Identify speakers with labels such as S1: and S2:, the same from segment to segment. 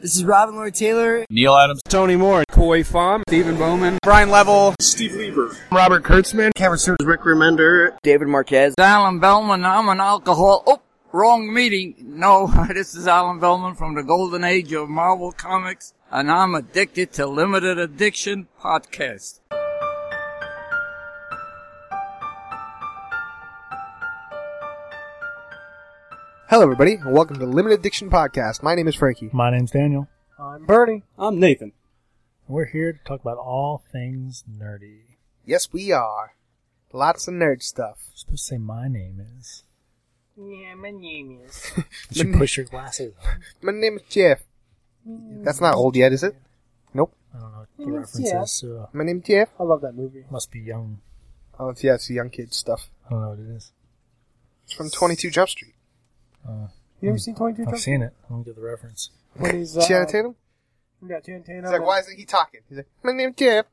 S1: This is Robin Lord Taylor.
S2: Neil Adams.
S3: Tony Moore.
S4: Koi Fom. Stephen Bowman.
S2: Brian Level.
S5: Steve Lieber.
S6: Robert Kurtzman.
S7: Cameron Stewart. Rick Remender.
S8: David Marquez.
S9: Alan Bellman. I'm an alcohol. Oh, wrong meeting. No, this is Alan Bellman from the golden age of Marvel Comics, and I'm addicted to Limited Addiction Podcast.
S6: Hello, everybody, and welcome to Limited Addiction Podcast. My name is Frankie.
S10: My name's Daniel.
S11: I'm Bernie.
S12: I'm Nathan.
S10: We're here to talk about all things nerdy.
S6: Yes, we are. Lots of nerd stuff.
S10: I'm supposed to say my name is.
S11: Yeah, my name is.
S10: Did you push your glasses on?
S6: my name is Jeff. That's not old yet, is it? Nope.
S10: I don't know what the reference
S6: Jeff.
S10: is. So, uh,
S6: My name's Jeff.
S11: I love that movie.
S10: must be young.
S6: Oh, it's, yeah, it's the young kid stuff.
S10: I don't know what it is.
S6: It's from 22 Jump Street.
S10: Uh,
S11: You ever seen 22
S10: I've seen it. I don't get the reference.
S11: When he's, uh,
S6: Channing Tatum?
S11: Yeah, Channing Tatum.
S6: He's like, why isn't he talking? He's like, my name's Jeff.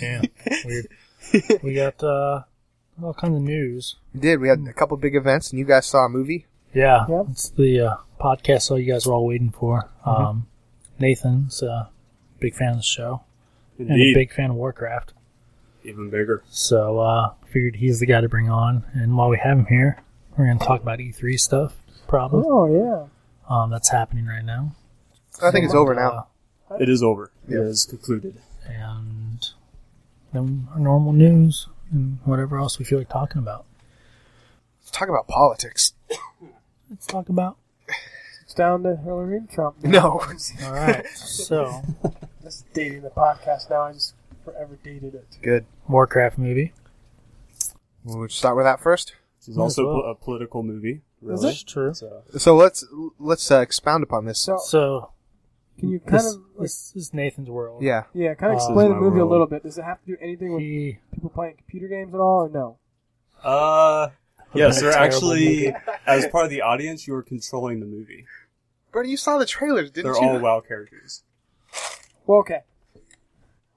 S10: Yeah, weird. We got uh, all kinds of news.
S6: We did. We had a couple big events, and you guys saw a movie.
S10: Yeah,
S11: Yep. Mm-hmm.
S10: it's the uh, podcast all you guys were all waiting for. Um, Nathan's a big fan of the show and a
S12: Indeed.
S10: big fan of Warcraft.
S12: Even bigger.
S10: So uh figured he's the guy to bring on. And while we have him here, we're gonna talk about E3 stuff, probably.
S11: Oh, yeah.
S10: Um, that's happening right now.
S6: I think it's over now.
S12: It is over.
S6: Yeah.
S12: It is concluded.
S10: Uh, and then our normal news and whatever else we feel like talking about.
S6: Let's talk about politics.
S10: Let's talk about.
S11: It's down to Hillary and Trump. now.
S6: No.
S10: All right. so
S11: That's dating the podcast now. I just forever dated it.
S6: Good.
S10: Warcraft movie.
S6: We'll start with that first.
S12: This is
S10: Might as
S12: also
S10: well.
S12: pol- a political movie.
S11: Is
S12: Really.
S11: it?
S10: True.
S12: So,
S6: So let's let's uh, expound upon this.
S11: So,
S10: So
S11: can you kind
S10: this,
S11: of, like,
S10: this is Nathan's world.
S6: yeah.
S11: yeah, kind of
S10: This is
S11: explain the
S12: Oh, my
S11: movie a
S12: world.
S11: little bit? Does it have to do anything with
S10: He,
S11: people playing computer games at all, or no?
S12: uh, yes, they're
S10: Terrible
S12: actually,
S10: movie.
S12: as part of the audience, you are controlling the movie.
S6: Bernie, you saw the trailers, didn't
S12: they're
S6: you?
S12: all WoW characters.
S11: Well, okay.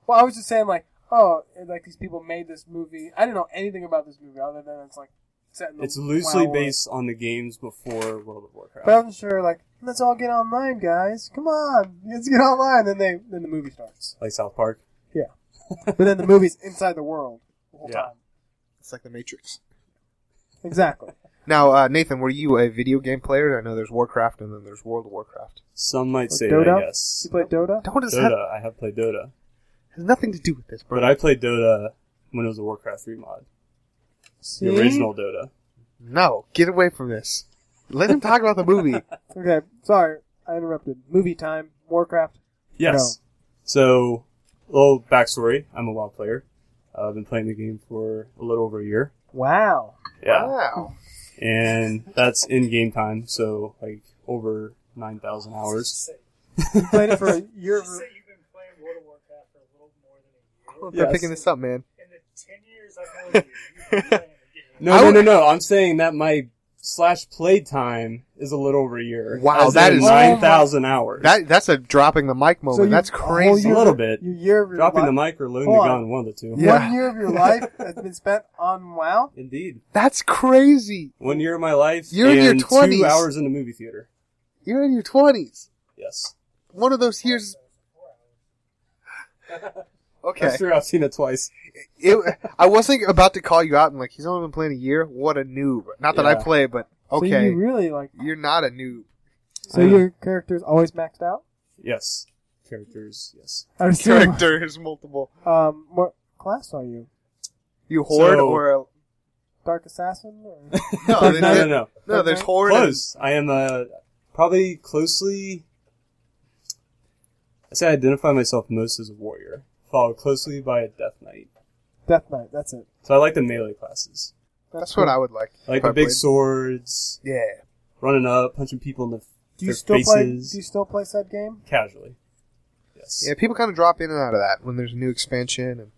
S11: Well, I was just saying, like, oh, and, like these people made this movie. I didn't know anything about this movie other than it's like set in the
S12: It's loosely
S11: WoW world.
S12: based on the games before World of Warcraft.
S11: But I'm sure, like, let's all get online, guys. Come on, let's get online. Then they, then the movie starts.
S12: like South Park.
S11: Yeah, but then the movie's inside the world the whole
S12: Yeah.
S11: time.
S6: It's like the Matrix.
S11: Exactly.
S6: Now, uh, Nathan, were you a video game player? I know there's Warcraft and then there's World of Warcraft.
S12: Some might
S11: Like
S12: say
S11: Dota?
S12: that, yes.
S11: You play Dota?
S6: Don't does have,
S12: Dota. I have played Dota.
S6: has nothing to do with this, bro.
S12: But I played Dota when it was a Warcraft 3 mod.
S11: See?
S12: The original Dota.
S6: No, get away from this. Let him talk about the movie.
S11: Okay, sorry, I interrupted. Movie time. Warcraft.
S12: Yes. So, little backstory. I'm a WoW player. Uh, I've been playing the game for a little over a year.
S11: Wow.
S12: Yeah.
S6: Wow.
S12: Ah. And that's in game time, so like over 9,000 hours.
S11: You played it for a year. For...
S13: You've been playing World of Warcraft for a little more than a year.
S6: They're
S11: Yes.
S6: picking this up, man.
S13: In the ten years I've known you, you've been playing the game.
S12: No, no, no, no. I'm saying that my slash play time is a little over a year.
S6: Wow,
S12: As
S6: that
S12: in
S6: is- Oh.
S12: 9,000 hours.
S6: That that's a dropping the mic moment.
S11: you-
S6: Oh, that's
S11: a whole
S6: crazy.
S11: year-
S12: A little bit.
S11: Your year of your
S12: Dropping
S11: li-
S12: the mic or loading
S11: Hold
S12: the
S11: on.
S12: gun, one of the two.
S6: Yeah.
S11: One year of your life has been spent on WoW.
S12: Indeed.
S6: That's crazy.
S12: One year of my life
S6: You're in
S12: and
S6: your 20s.
S12: two hours in a movie theater.
S6: You're in your twenties.
S12: Yes.
S6: One of those years. Okay.
S12: That's true. I've seen it twice.
S6: It, I wasn't about to call you out and like he's only been playing a year. What a noob! Not that I
S12: Yeah.
S6: play, but okay,
S11: So you
S6: you
S11: really like.
S6: are not a noob.
S11: So
S12: I know.
S11: your character's always maxed out.
S12: Yes. Characters, yes.
S11: I would assume,
S6: Character is multiple.
S11: Um, what class are you?
S6: You horde
S12: So-
S6: or a,
S11: Dark assassin? Or...
S6: no,
S12: no,
S6: they-
S12: no,
S6: they-
S12: no.
S6: no, There's horde. and-
S12: Close. I am uh, probably closely. I say I identify myself most as a warrior, followed closely by a death knight.
S11: Death Knight. That's it.
S12: So I like the melee classes.
S6: that's what I would like.
S12: I like
S6: if I
S12: the big
S6: played.
S12: swords,
S6: Yeah.
S12: running up, punching people in the
S11: Do
S12: their
S11: you still play? Do
S12: faces
S11: you still play said game?
S12: casually. Yes.
S6: Yeah, people kind of drop in and out of that when there's a new expansion. And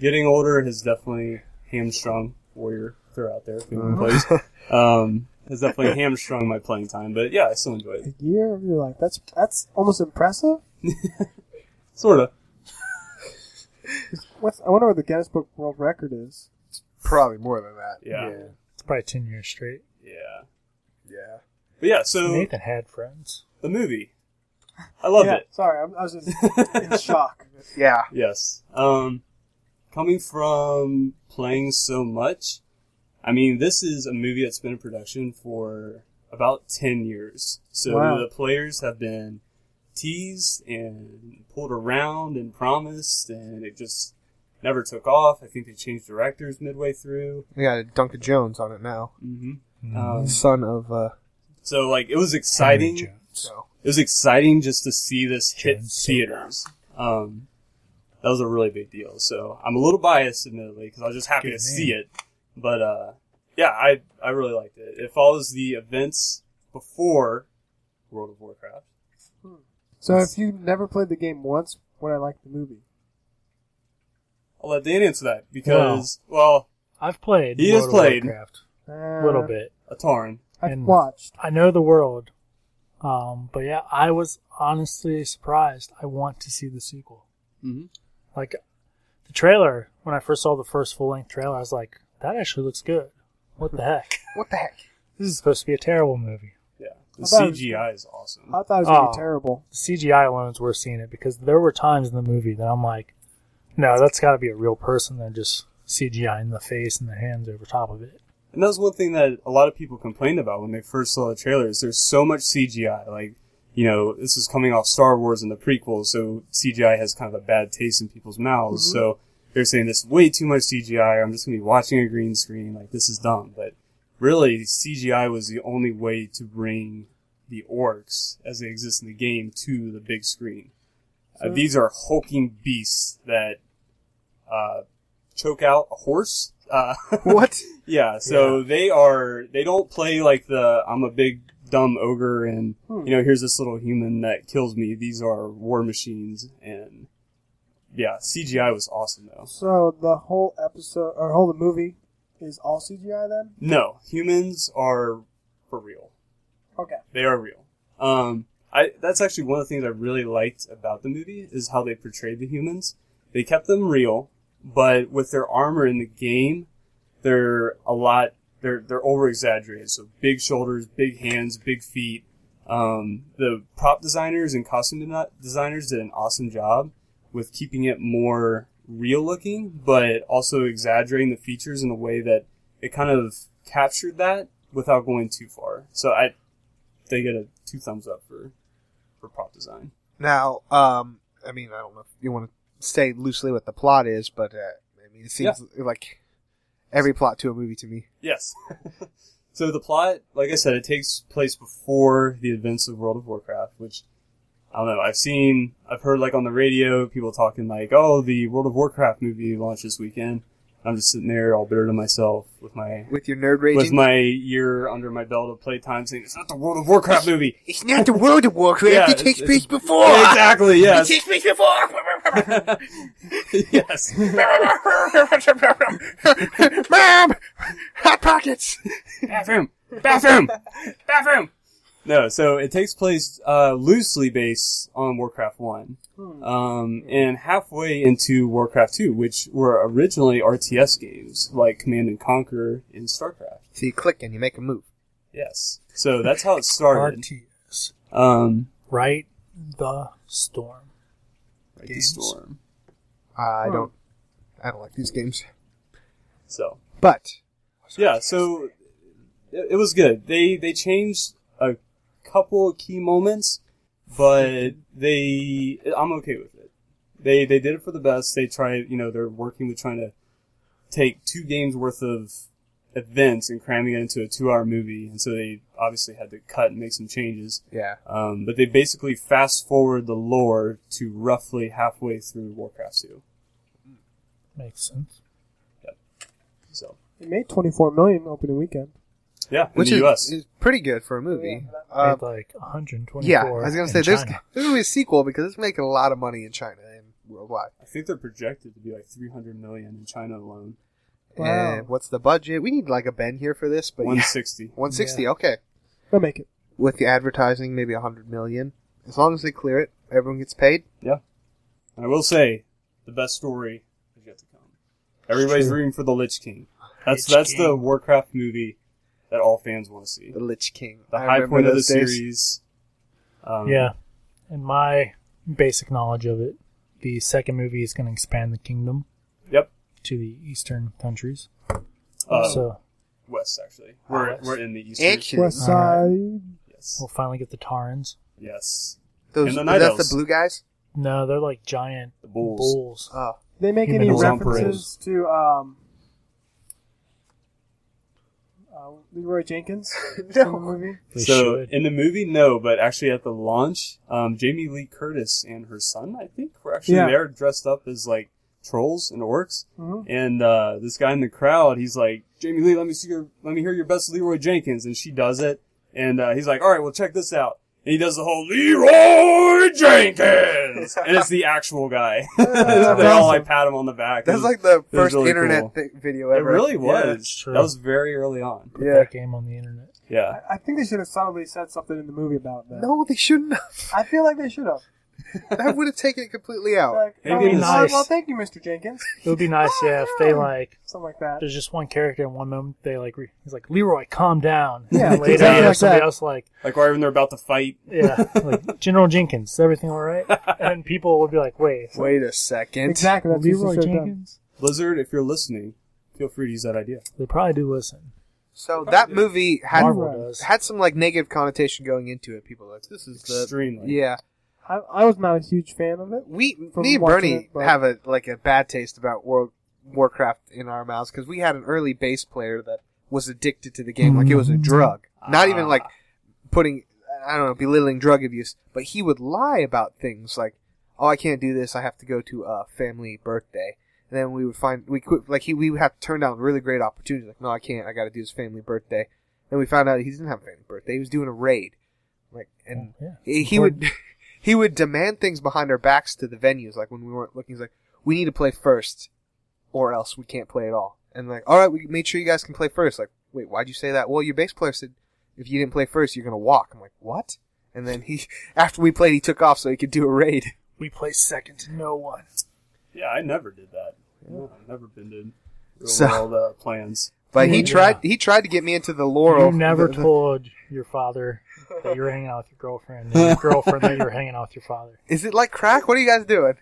S12: Getting older has definitely hamstrung warrior. If they're out there, if anyone plays, um, has definitely hamstrung my playing time. But yeah, I still enjoy it.
S11: A year of your life. That's that's almost impressive.
S12: Sort of.
S11: What's, I wonder what the Guinness Book World Record is.
S6: probably more than that.
S12: Yeah.
S6: yeah,
S10: It's probably ten years straight.
S12: Yeah.
S6: yeah.
S12: But yeah, so
S10: Nathan had friends.
S12: the movie. I loved
S11: yeah,
S12: it.
S11: Sorry, I'm, I was just in shock.
S6: Yeah.
S12: Yes. Um, coming from playing so much, I mean, this is a movie that's been in production for about 10 years. So
S11: Wow.
S12: the players have been teased and pulled around and promised, and it just never took off. I think they changed directors midway through.
S6: We got Duncan Jones on it now.
S12: Mm-hmm. Um,
S6: Son of, uh,
S12: so, like, it was exciting.
S10: Henry Jones.
S6: so.
S12: It was exciting just to see this hit
S10: Jones.
S12: theaters. Um, that was a really big deal. So I'm a little biased, admittedly, because I was just happy
S10: Good
S12: to
S10: man.
S12: see it. But uh, yeah, I I really liked it. It follows the events before World of Warcraft.
S11: So if you never played the game once, would I like the movie?
S12: I'll let Dan answer that because well,
S10: I've played.
S12: He
S10: World
S12: has
S10: of
S12: played.
S10: Warcraft
S11: Uh,
S10: a little bit.
S12: a Tarn.
S11: I've
S10: And-
S11: watched.
S10: I know the world, um, but yeah, I was honestly surprised. I want to see the sequel.
S12: Mhm.
S10: Like the trailer, when I first saw the first full length trailer, I was like, "That actually looks good." What the heck?
S6: What the heck?
S10: This is supposed to be a terrible movie.
S12: Yeah, the
S11: I thought it was-
S12: CGI is awesome.
S11: I thought it was gonna
S10: Oh.
S11: be terrible.
S10: The CGI alone's worth seeing it because there were times in the movie that I'm like, "No, that's got to be a real person." They're just CGI in the face and their hands over top of it.
S12: And that was one thing that a lot of people complained about when they first saw the trailers. There's so much CGI. Like, you know, this is coming off Star Wars and the prequels, so CGI has kind of a bad taste in people's mouths. So they're saying this is way too much CGI. I'm just going to be watching a green screen. Like, this is dumb. But really, CGI was the only way to bring the orcs as they exist in the game to the big screen. Uh, these are hulking beasts that uh, choke out a horse. Uh,
S6: What?
S12: Yeah, so they are they don't play like the I'm a big dumb ogre and you know here's this little human that kills me. These are war machines and yeah, CGI was awesome though.
S11: So the whole episode or whole the movie is all CGI then?
S12: No, humans are for real.
S11: Okay.
S12: They are real. Um I that's actually one of the things I really liked about the movie is how they portrayed the humans. They kept them real, but with their armor in the game, they're a lot they're they're over exaggerated. So big shoulders, big hands, big feet. Um, the prop designers and costume de- designers did an awesome job with keeping it more real looking, but also exaggerating the features in a way that it kind of captured that without going too far. So I they get a two thumbs up for for prop design.
S6: Now, um, I mean, I don't know if you want to stay loosely what the plot is, but, uh, I mean, it seems like every plot to a movie to me.
S12: Yes. so the plot, like I said, it takes place before the events of World of Warcraft, which I don't know. I've seen, I've heard like on the radio people talking like, "Oh, the World of Warcraft movie launched this weekend." I'm just sitting there all bitter to myself with my
S6: With your nerd
S12: with
S6: raging.
S12: my year under my belt of playtime, saying it's not the World of Warcraft movie.
S6: It's not the World of Warcraft.
S12: Yeah,
S6: it takes
S12: it's-
S6: place
S12: it's-
S6: before.
S12: Exactly.
S6: It
S12: Yes.
S6: takes place before.
S12: yes.
S6: Mom, hot pockets.
S12: bathroom, bathroom, bathroom. No, so it takes place uh, loosely based on Warcraft One, um, and halfway into Warcraft Two, which were originally RTS games like Command and Conquer and Starcraft.
S6: So you click and you make a move.
S12: Yes, so that's how it started.
S10: RTS,
S12: Um,
S10: right? The storm.
S12: like the
S10: Games.
S12: storm.
S6: I don't, I don't like these games.
S12: So
S6: But
S12: yeah, so it, it was good. They they changed a couple of key moments, but they I'm okay with it. They they did it for the best. They tried, you know, they're working with trying to take two games worth of events and cramming it into a two hour movie, and so they obviously had to cut and make some changes.
S6: yeah,
S12: Um, but they basically fast forward the lore to roughly halfway through Warcraft 2.
S10: Makes sense.
S12: So
S11: It made 24 million opening weekend.
S12: yeah, in
S6: which
S12: the
S6: is,
S12: U.S.
S6: is pretty good for a movie.
S10: Made
S6: Um,
S10: like 124.
S6: yeah, I was gonna say
S10: in
S6: there's
S10: China.
S6: there's gonna be a sequel because it's making a lot of money in China and worldwide.
S12: I think they're projected to be like 300 million in China alone.
S11: Wow.
S6: And what's the budget? We need like a Ben here for this, but yeah.
S12: 160.
S6: 160.
S10: Yeah.
S6: Okay,
S11: They'll make it.
S6: with the advertising, maybe 100 million. As long as they clear it, everyone gets paid.
S12: And I will say, the best story is yet to come. Everybody's rooting for the Lich King. That's
S10: Lich
S12: that's the
S10: King.
S12: Warcraft movie that all fans want to see.
S6: The Lich King.
S12: The
S6: I
S12: high
S6: remember
S12: point of the
S6: those days.
S12: series. Um,
S10: yeah, in my basic knowledge of it, the second movie is going to expand the kingdom
S12: Yep.
S10: to the eastern countries.
S12: Uh,
S10: so
S12: West, actually. We're,
S6: Ah, West.
S12: we're in the eastern.
S6: Ancient.
S11: West Side.
S12: Yes.
S10: we'll finally get the Tarns.
S12: Yes.
S6: Those,
S12: and the Night
S6: that's
S12: Elves.
S6: the blue guys.
S10: No, they're like giant
S12: The bulls.
S10: bulls.
S6: Oh,
S11: They make
S10: Human
S11: any
S10: Bulls
S12: on
S11: references to um, uh, Leroy Jenkins in the movie?
S10: They
S12: so
S10: should.
S12: in the movie, no, but actually at the launch, um, Jamie Lee Curtis and her son, I think, were actually
S11: Yeah.
S12: there dressed up as like trolls and orcs.
S10: Mm-hmm.
S11: Mhm.
S12: And uh, this guy in the crowd, he's like, Jamie Lee, let me see your, let me hear your best Leroy Jenkins, and she does it. And uh, he's like, all right, well check this out. And he does the whole Leroy Jenkins, and it's the actual guy. they all like pat him on the back. It
S6: that's
S12: was-
S6: like the
S12: was
S6: first
S12: really
S6: internet
S12: cool.
S6: thi- video
S12: it
S6: ever.
S12: really was.
S10: Yeah, that's true.
S12: That was very early on.
S10: Put
S6: yeah.
S10: that game on the internet.
S12: Yeah.
S11: I, I think they should have subtly said something in the movie about that.
S6: No, they shouldn't have.
S11: I feel like they should have.
S6: That would have taken it completely out.
S11: Like,
S12: Maybe
S11: oh,
S12: it's-
S11: well, well, thank you, Mr. Jenkins.
S10: It would be nice, yeah, if they like.
S11: Something like that.
S10: There's just one character in one moment. They like. Re- he's like, Leroy, calm down.
S11: Yeah,
S10: And later,
S11: exactly like
S10: somebody
S11: that.
S10: else like,
S12: Like right when they're about to fight.
S10: yeah, like General Jenkins. Is everything all right? And people would be like, wait,
S6: Wait a second.
S11: Exactly. That's
S10: Leroy
S11: what they should have done.
S10: Jenkins.
S12: Blizzard, if you're listening, feel free to use that idea.
S10: They probably do listen.
S6: So that movie had
S10: Marvel
S11: Leroy.
S10: does.
S6: had some like negative connotation going into it. People were like this is the
S12: Extremely.
S6: yeah.
S11: I, I was not a huge fan of it.
S6: We
S11: From
S6: me and
S11: watching
S6: Bernie
S11: it, but-
S6: have a like a bad taste about World Warcraft in our mouths because we had an early bass player that was addicted to the game like it was
S11: Mm-hmm.
S6: a drug. Not even like putting I don't know belittling drug abuse, but he would lie about things like oh I can't do this I have to go to a family birthday. And then we would find we quit like he we would have to turn down really great opportunities like no I can't I got to do this family birthday. And we found out he didn't have a family birthday. He was doing a raid. Like and
S11: Oh,
S10: Yeah,
S6: he, he would he would demand things behind our backs to the venues. Like when we weren't looking, he's like, "We need to play first, or else we can't play at all." And like, "All right, we made sure you guys can play first. Like, wait, why'd you say that? Well, your bass player said if you didn't play first, you're gonna walk. I'm like, what? And then he after we played, he took off so he could do a raid.
S10: We play second to no one.
S12: Yeah, I never did that. I've never been to real
S6: So-
S12: world uh, plans.
S6: But he
S10: Yeah.
S6: tried he tried to get me into the
S10: You
S6: Laurel.
S10: never
S6: the- the-
S10: told your father that you were hanging out with your girlfriend, and your girlfriend that you were hanging out with your father.
S6: Is it like crack? What are you guys doing?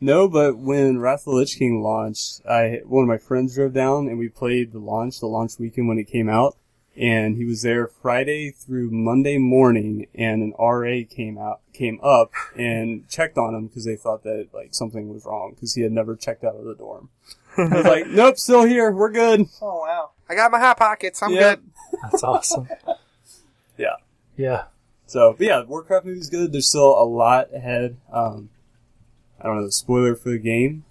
S12: No, but when Wrath of the Lich King launched, I one of my friends drove down and we played the launch, the launch weekend when it came out, and he was there Friday through Monday morning, and an RA came out came up and checked on him because they thought that like something was wrong because he had never checked out of the dorm. I was like, nope, still here, we're good.
S11: Oh wow.
S6: I got my hot pockets. I'm
S12: Yeah.
S6: good.
S10: That's awesome.
S12: Yeah.
S10: Yeah,
S12: So, but yeah, Warcraft movie's good. There's still a lot ahead. Um, I don't know. Spoiler for the game.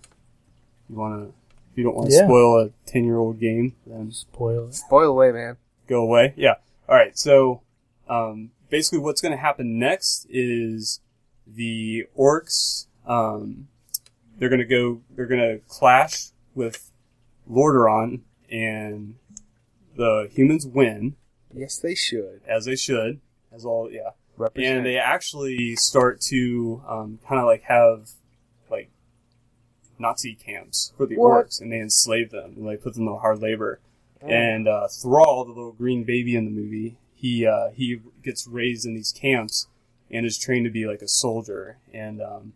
S12: You want to? If you don't want to
S10: Yeah.
S12: spoil a ten-year-old game, then
S10: spoil it.
S6: Boil away, oh, man.
S12: go away. Yeah. All right. So, um, basically, what's going to happen next is the orcs. Um, they're going to go. They're going to clash with Lordaeron, and the humans win
S6: Yes, they should.
S12: as they should. As all, yeah
S6: Represent.
S12: and they actually start to um, kind of like have like Nazi camps for the
S11: What?
S12: orcs, and they enslave them and like put them to hard labor. And uh, Thrall, the little green baby in the movie, he uh, he gets raised in these camps and is trained to be like a soldier. And um,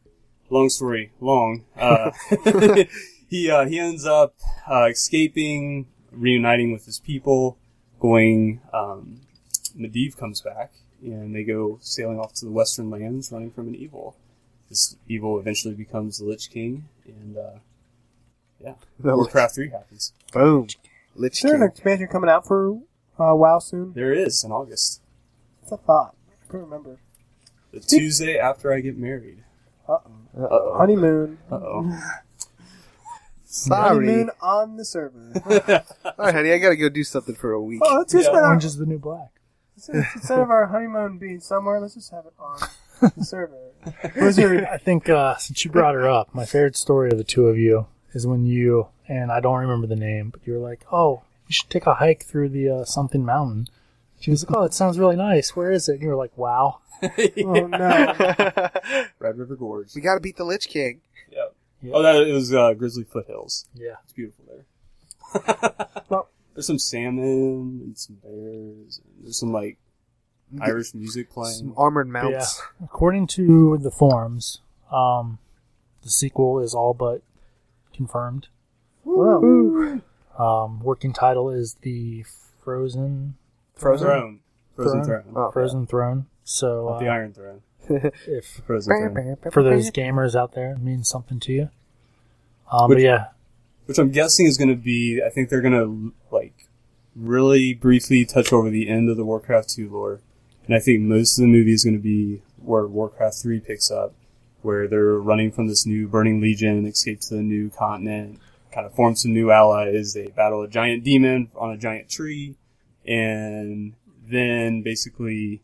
S12: long story long, uh, he uh, he ends up uh, escaping, reuniting with his people, going um, Medivh comes back, and they go sailing off to the western lands, running from an evil. This evil eventually becomes the Lich King, and uh, yeah,
S6: The
S12: Warcraft Three happens.
S6: Boom. Lich
S11: Is there an
S6: King.
S11: expansion coming out for uh, WoW soon?
S12: There is in August,
S11: It's a thought. I can't remember.
S12: the Tuesday after I get married.
S11: Honeymoon.
S12: Uh oh.
S6: Sorry.
S11: Honeymoon on the server.
S6: All right, honey, I gotta go do something for a week.
S11: Oh, let's just
S12: Yeah.
S11: spend our,
S10: Orange is the new black.
S11: instead of our honeymoon being somewhere, let's just have it on the server. Blizzard.
S10: I think uh, since you brought her up, my favorite story of the two of you is when you and I don't remember the name, but you were like, "Oh, we should take a hike through the uh, something mountain." She was like, "Oh, it sounds really nice. Where is it?" And you were like, "Wow."
S11: Oh no.
S12: Red River Gorge.
S6: We gotta beat the Lich King.
S12: Yep.
S10: Yeah.
S12: Oh, that it was uh, Grizzly Foothills.
S10: Yeah.
S12: It's beautiful there.
S11: Well-
S12: there's some salmon and some bears. And there's some like Irish music playing.
S6: Some armored
S10: But yeah,
S6: mounts.
S10: according to the forums, um, the sequel is all but confirmed. Um, working title is the Frozen
S6: Frozen.
S12: Throne. Frozen Throne. Oh.
S6: Oh.
S10: Frozen Throne. So
S12: Not the
S10: uh,
S12: Iron Throne.
S10: if
S12: Frozen Throne.
S10: for those gamers out there, it means something to you. Um, but
S12: Which-
S10: yeah,
S12: Which I'm guessing is going to be, I think they're going to, like, really briefly touch over the end of the Warcraft 2 lore. And I think most of the movie is going to be where Warcraft 3 picks up, where they're running from this new Burning Legion, escape to the new continent, kind of form some new allies. They battle a giant demon on a giant tree, and then basically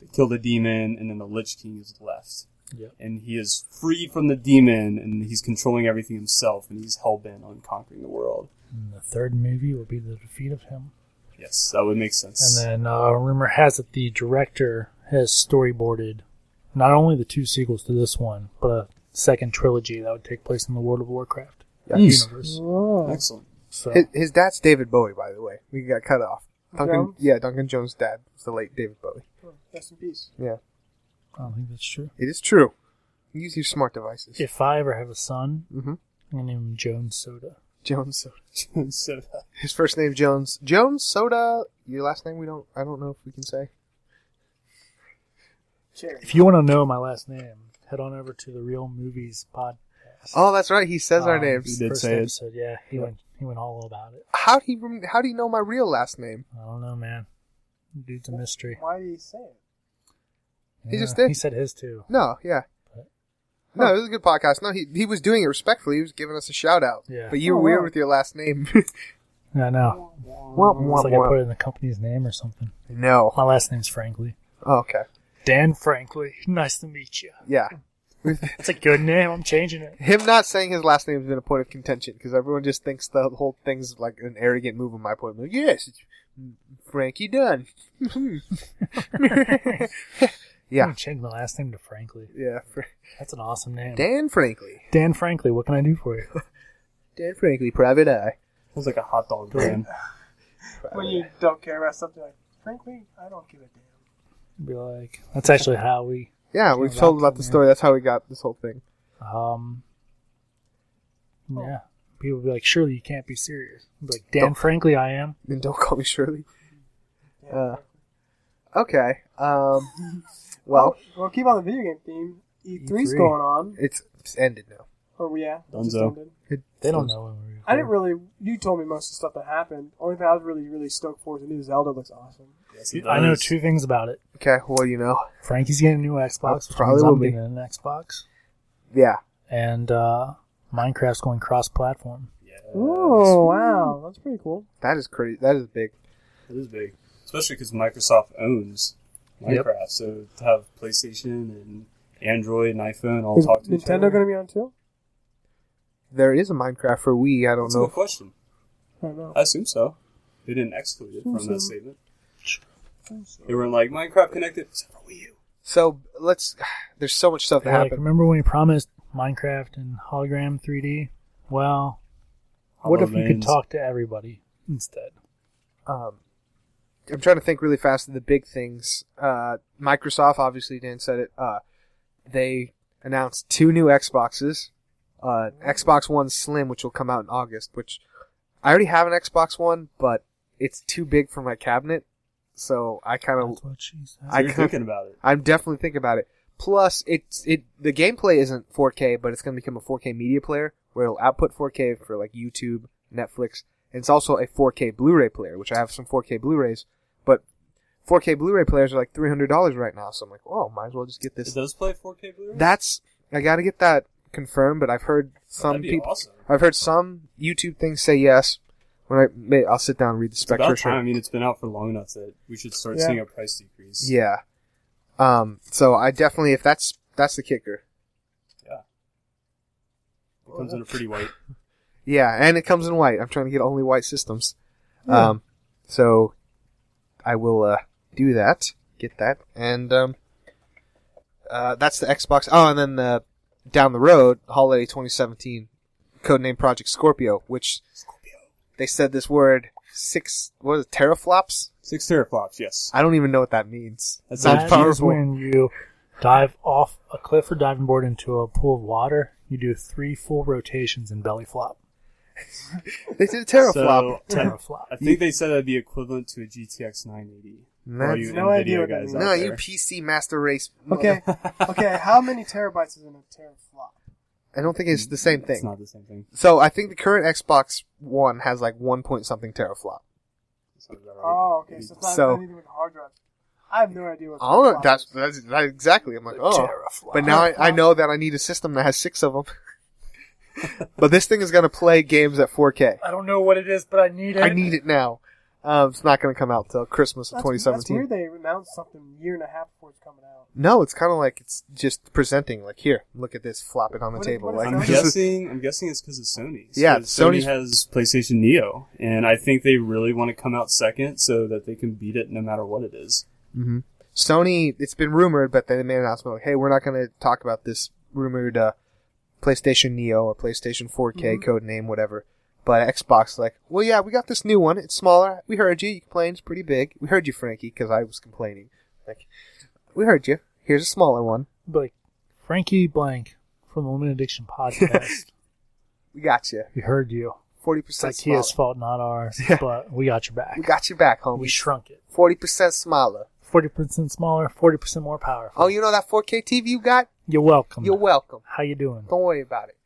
S12: they kill the demon, and then the Lich King is left.
S10: Yep.
S12: And he is free from the demon, and he's controlling everything himself, and he's hell bent on conquering the world.
S10: the third movie will be the defeat of him.
S12: Yes, that would make sense.
S10: And then uh, rumor has it the director has storyboarded not only the two sequels to this one, but a second trilogy that would take place in the World of Warcraft
S12: Yikes.
S10: universe.
S11: Oh.
S12: Excellent.
S10: So
S6: His, his dad's David Bowie, by the way. We got cut off. Duncan,
S11: Jones?
S6: yeah, Duncan Jones' dad was the late David Bowie.
S11: Rest in peace.
S6: Yeah,
S10: I don't think that's true.
S6: it is true. Use your smart devices.
S10: If I ever have a son,
S6: Mhm.
S10: I'm gonna name him Jones Soda.
S6: Jones Soda.
S12: so, uh,
S6: His first name Jones. Jones Soda. Your last name we don't. I don't know if we can say.
S11: Cherry.
S10: If you want to know my last name, head on over to the Real Movies podcast.
S6: Oh, that's right. He says our
S10: Um,
S12: he
S6: names.
S12: did
S10: first
S12: say it.
S10: episode, yeah, he went he went all about it.
S6: How do he? rem- How do you know my real last name?
S10: I don't know, man. Dude's a mystery.
S11: Why do you say it?
S6: He
S10: Yeah,
S6: just did.
S10: He said his too.
S6: No, yeah. No, it was a good podcast. No, he he was doing it respectfully. He was giving us a shout out.
S10: Yeah.
S6: But you were
S11: Oh,
S6: weird
S11: wow.
S6: with your last name.
S10: I know.
S6: Womp,
S10: It's
S6: womp,
S10: like I put
S6: womp.
S10: it in the company's name or something.
S6: No.
S10: My last name's Frankly.
S6: Oh, okay.
S10: Dan Frankly. Nice to meet you.
S6: Yeah.
S10: That's a good name. I'm changing it.
S6: Him not saying his last name has been a point of contention because everyone just thinks the whole thing's like an arrogant move on my point. Like, yes, it's Frankie Dunn.
S10: I'm
S6: yeah,
S10: gonna change my last name to Frankly.
S6: yeah. Fra-
S10: That's an awesome name.
S6: Dan
S10: Dan,
S6: Frankly.
S10: Frankly. What can I do for you?
S6: Dan Frankly, Private Eye.
S12: sounds like a hot dog brand.
S11: When you don't care about something, like frankly, I don't give a damn.
S10: Be like, that's actually how we.
S6: Yeah, we've told about the story. That's how we got this whole thing.
S10: Um. Yeah. People be like, surely you can't be serious. I'd be like, Dan Frankly, I am.
S6: Then don't call me Shirley. Uh, okay. Um, well,
S11: Well, keep on the video game theme. E3's
S10: E3.
S11: going on.
S6: it's, it's ended now.
S11: Or yeah, it just
S12: Dunzo.
S11: ended.
S6: It,
S10: They don't know when we. Record.
S11: I didn't really. You told me most of the stuff that happened. Only thing I was really, really stoked for is the new Zelda looks awesome.
S12: Yes, it
S10: I know
S12: does.
S10: two things about it.
S6: Okay. Well, you know.
S10: Frankie's getting a new Xbox.
S6: I
S10: Which
S6: probably
S10: means
S6: will
S10: I'm
S6: be.
S10: getting an Xbox,
S6: Yeah.
S10: and uh, Minecraft's going cross-platform.
S11: Oh wow, that's pretty cool.
S6: That is crazy. That is big.
S12: It is big, especially because Microsoft owns
S10: Yep.
S12: Minecraft. So to have PlayStation and Android and iPhone all
S11: Is
S12: talk to each other.
S11: Nintendo going to be on too?
S6: There is a Minecraft for Wii. I don't
S12: That's a
S6: know.
S12: good question.
S11: I don't know.
S12: I assume so. They didn't exclude it from that statement. They weren't like Minecraft connected except for Wii U.
S6: So let's. There's so much stuff that
S10: They're like,
S6: happened.
S10: remember when we promised Minecraft and hologram 3D? Well, what if you could
S12: HoloLens.
S10: talk to everybody instead?
S6: Um, I'm trying to think really fast of the big things. Uh, Microsoft, obviously, Dan said it. Uh, they announced two new Xboxes. Uh, Xbox One Slim, which will come out in August. Which I already have an Xbox One, but it's too big for my cabinet, so I kind of
S10: That's what she said.
S12: So
S6: I
S12: you're
S6: kinda-
S12: thinking about it.
S6: I'm definitely thinking about it. Plus, it's it the gameplay isn't 4K, but it's going to become a 4K media player where it'll output 4K for like YouTube, Netflix, and it's also a 4K Blu-ray player, which I have some 4K Blu-rays, but 4K Blu-ray players are like $300 right now, so I'm like, oh, might as well just get
S12: It
S6: this.
S12: does play 4K Blu-ray.
S6: That's I got to get that confirmed, but I've heard some
S12: That'd be
S6: people,
S12: awesome.
S6: I've heard some YouTube things say yes. When I may, I'll sit down and read the
S12: It's about
S6: spec
S12: time. I
S6: sure.
S12: mean, it's been out for long enough that we should start
S11: Yeah.
S12: seeing a price decrease.
S6: Yeah. Um. So I definitely, if that's that's the kicker.
S12: It comes in a pretty white.
S6: Yeah, and it comes in white. I'm trying to get only white systems. Um, so I will uh, do that, get that, and um, uh, that's the Xbox. Oh, and then the down the road, holiday 2017, codename Project Scorpio, which they said this word six what is it, teraflops?
S12: Six teraflops, yes.
S6: I don't even know what that means.
S12: That
S10: That
S12: sounds
S10: is
S6: powerful.
S10: when you dive off a cliff or diving board into a pool of water. You do three full rotations and belly flop.
S6: They did a teraflop.
S12: So,
S10: Terra flop.
S12: I think they said that'd be equivalent to a GTX 980. For all
S6: That's-
S12: you
S11: No idea
S12: NVIDIA
S11: what that
S12: guys
S11: means.
S12: out
S6: no, E you
S12: there.
S6: PC master race.
S11: Okay, okay. How many terabytes is in a teraflop?
S6: I don't think it's the same
S12: It's
S6: thing.
S12: not the same thing.
S6: So I think the current Xbox One has like one point something teraflop.
S12: Sounds about right.
S11: Oh, okay. So it's not
S6: So-
S11: anything with hard drives. I have no idea what.
S6: I don't know.
S11: teraflop
S6: That's,
S11: is.
S6: that's, that's exactly. I'm like, oh.
S10: Teraflop.
S6: But now I, I know that I need a system that has six of them. but this thing is going to play games at 4K.
S10: I don't know what it is, but I need it.
S6: I need it now. Um, it's not going to come out till Christmas of
S11: That's-
S6: 2017.
S11: That's weird. They announced something a year and a half before it's coming out.
S6: No, it's kind of like it's just presenting. Like here, look at this, flop it on the
S11: What is-
S6: table.
S11: what is
S6: like
S12: I'm
S11: Sony?
S6: this is-
S12: guessing. I'm guessing it's because of Sony.
S6: Yeah,
S12: So Sony
S6: Sony's-
S12: has PlayStation Neo, and I think they really want to come out second so that they can beat it no matter what it is.
S10: Mm-hmm.
S6: Mhm. Sony. It's been rumored, but then they made an announcement like, "Hey, we're not going to talk about this rumored uh, PlayStation Neo or PlayStation 4K
S10: Mm-hmm.
S6: code name, whatever." But Xbox, like, well, yeah, we got this new one. It's smaller. We heard you. You complained. It's pretty big. We heard you, Frankie, because I was complaining. Like, we heard you. Here's a smaller one.
S10: Like Frankie Blank from the Limited Addiction podcast.
S6: We got you.
S10: we heard you.
S6: Forty
S10: It's
S6: percent
S10: like
S6: smaller.
S10: Kia's fault, not ours.
S6: Yeah.
S10: But we got your back.
S6: We got you back,
S10: We
S6: homie.
S10: shrunk it.
S6: Forty percent smaller.
S10: Forty percent smaller, forty percent more powerful.
S6: Oh, you know that 4K TV you got?
S10: You're welcome.
S6: You're welcome.
S10: How you doing?
S6: Don't worry about it.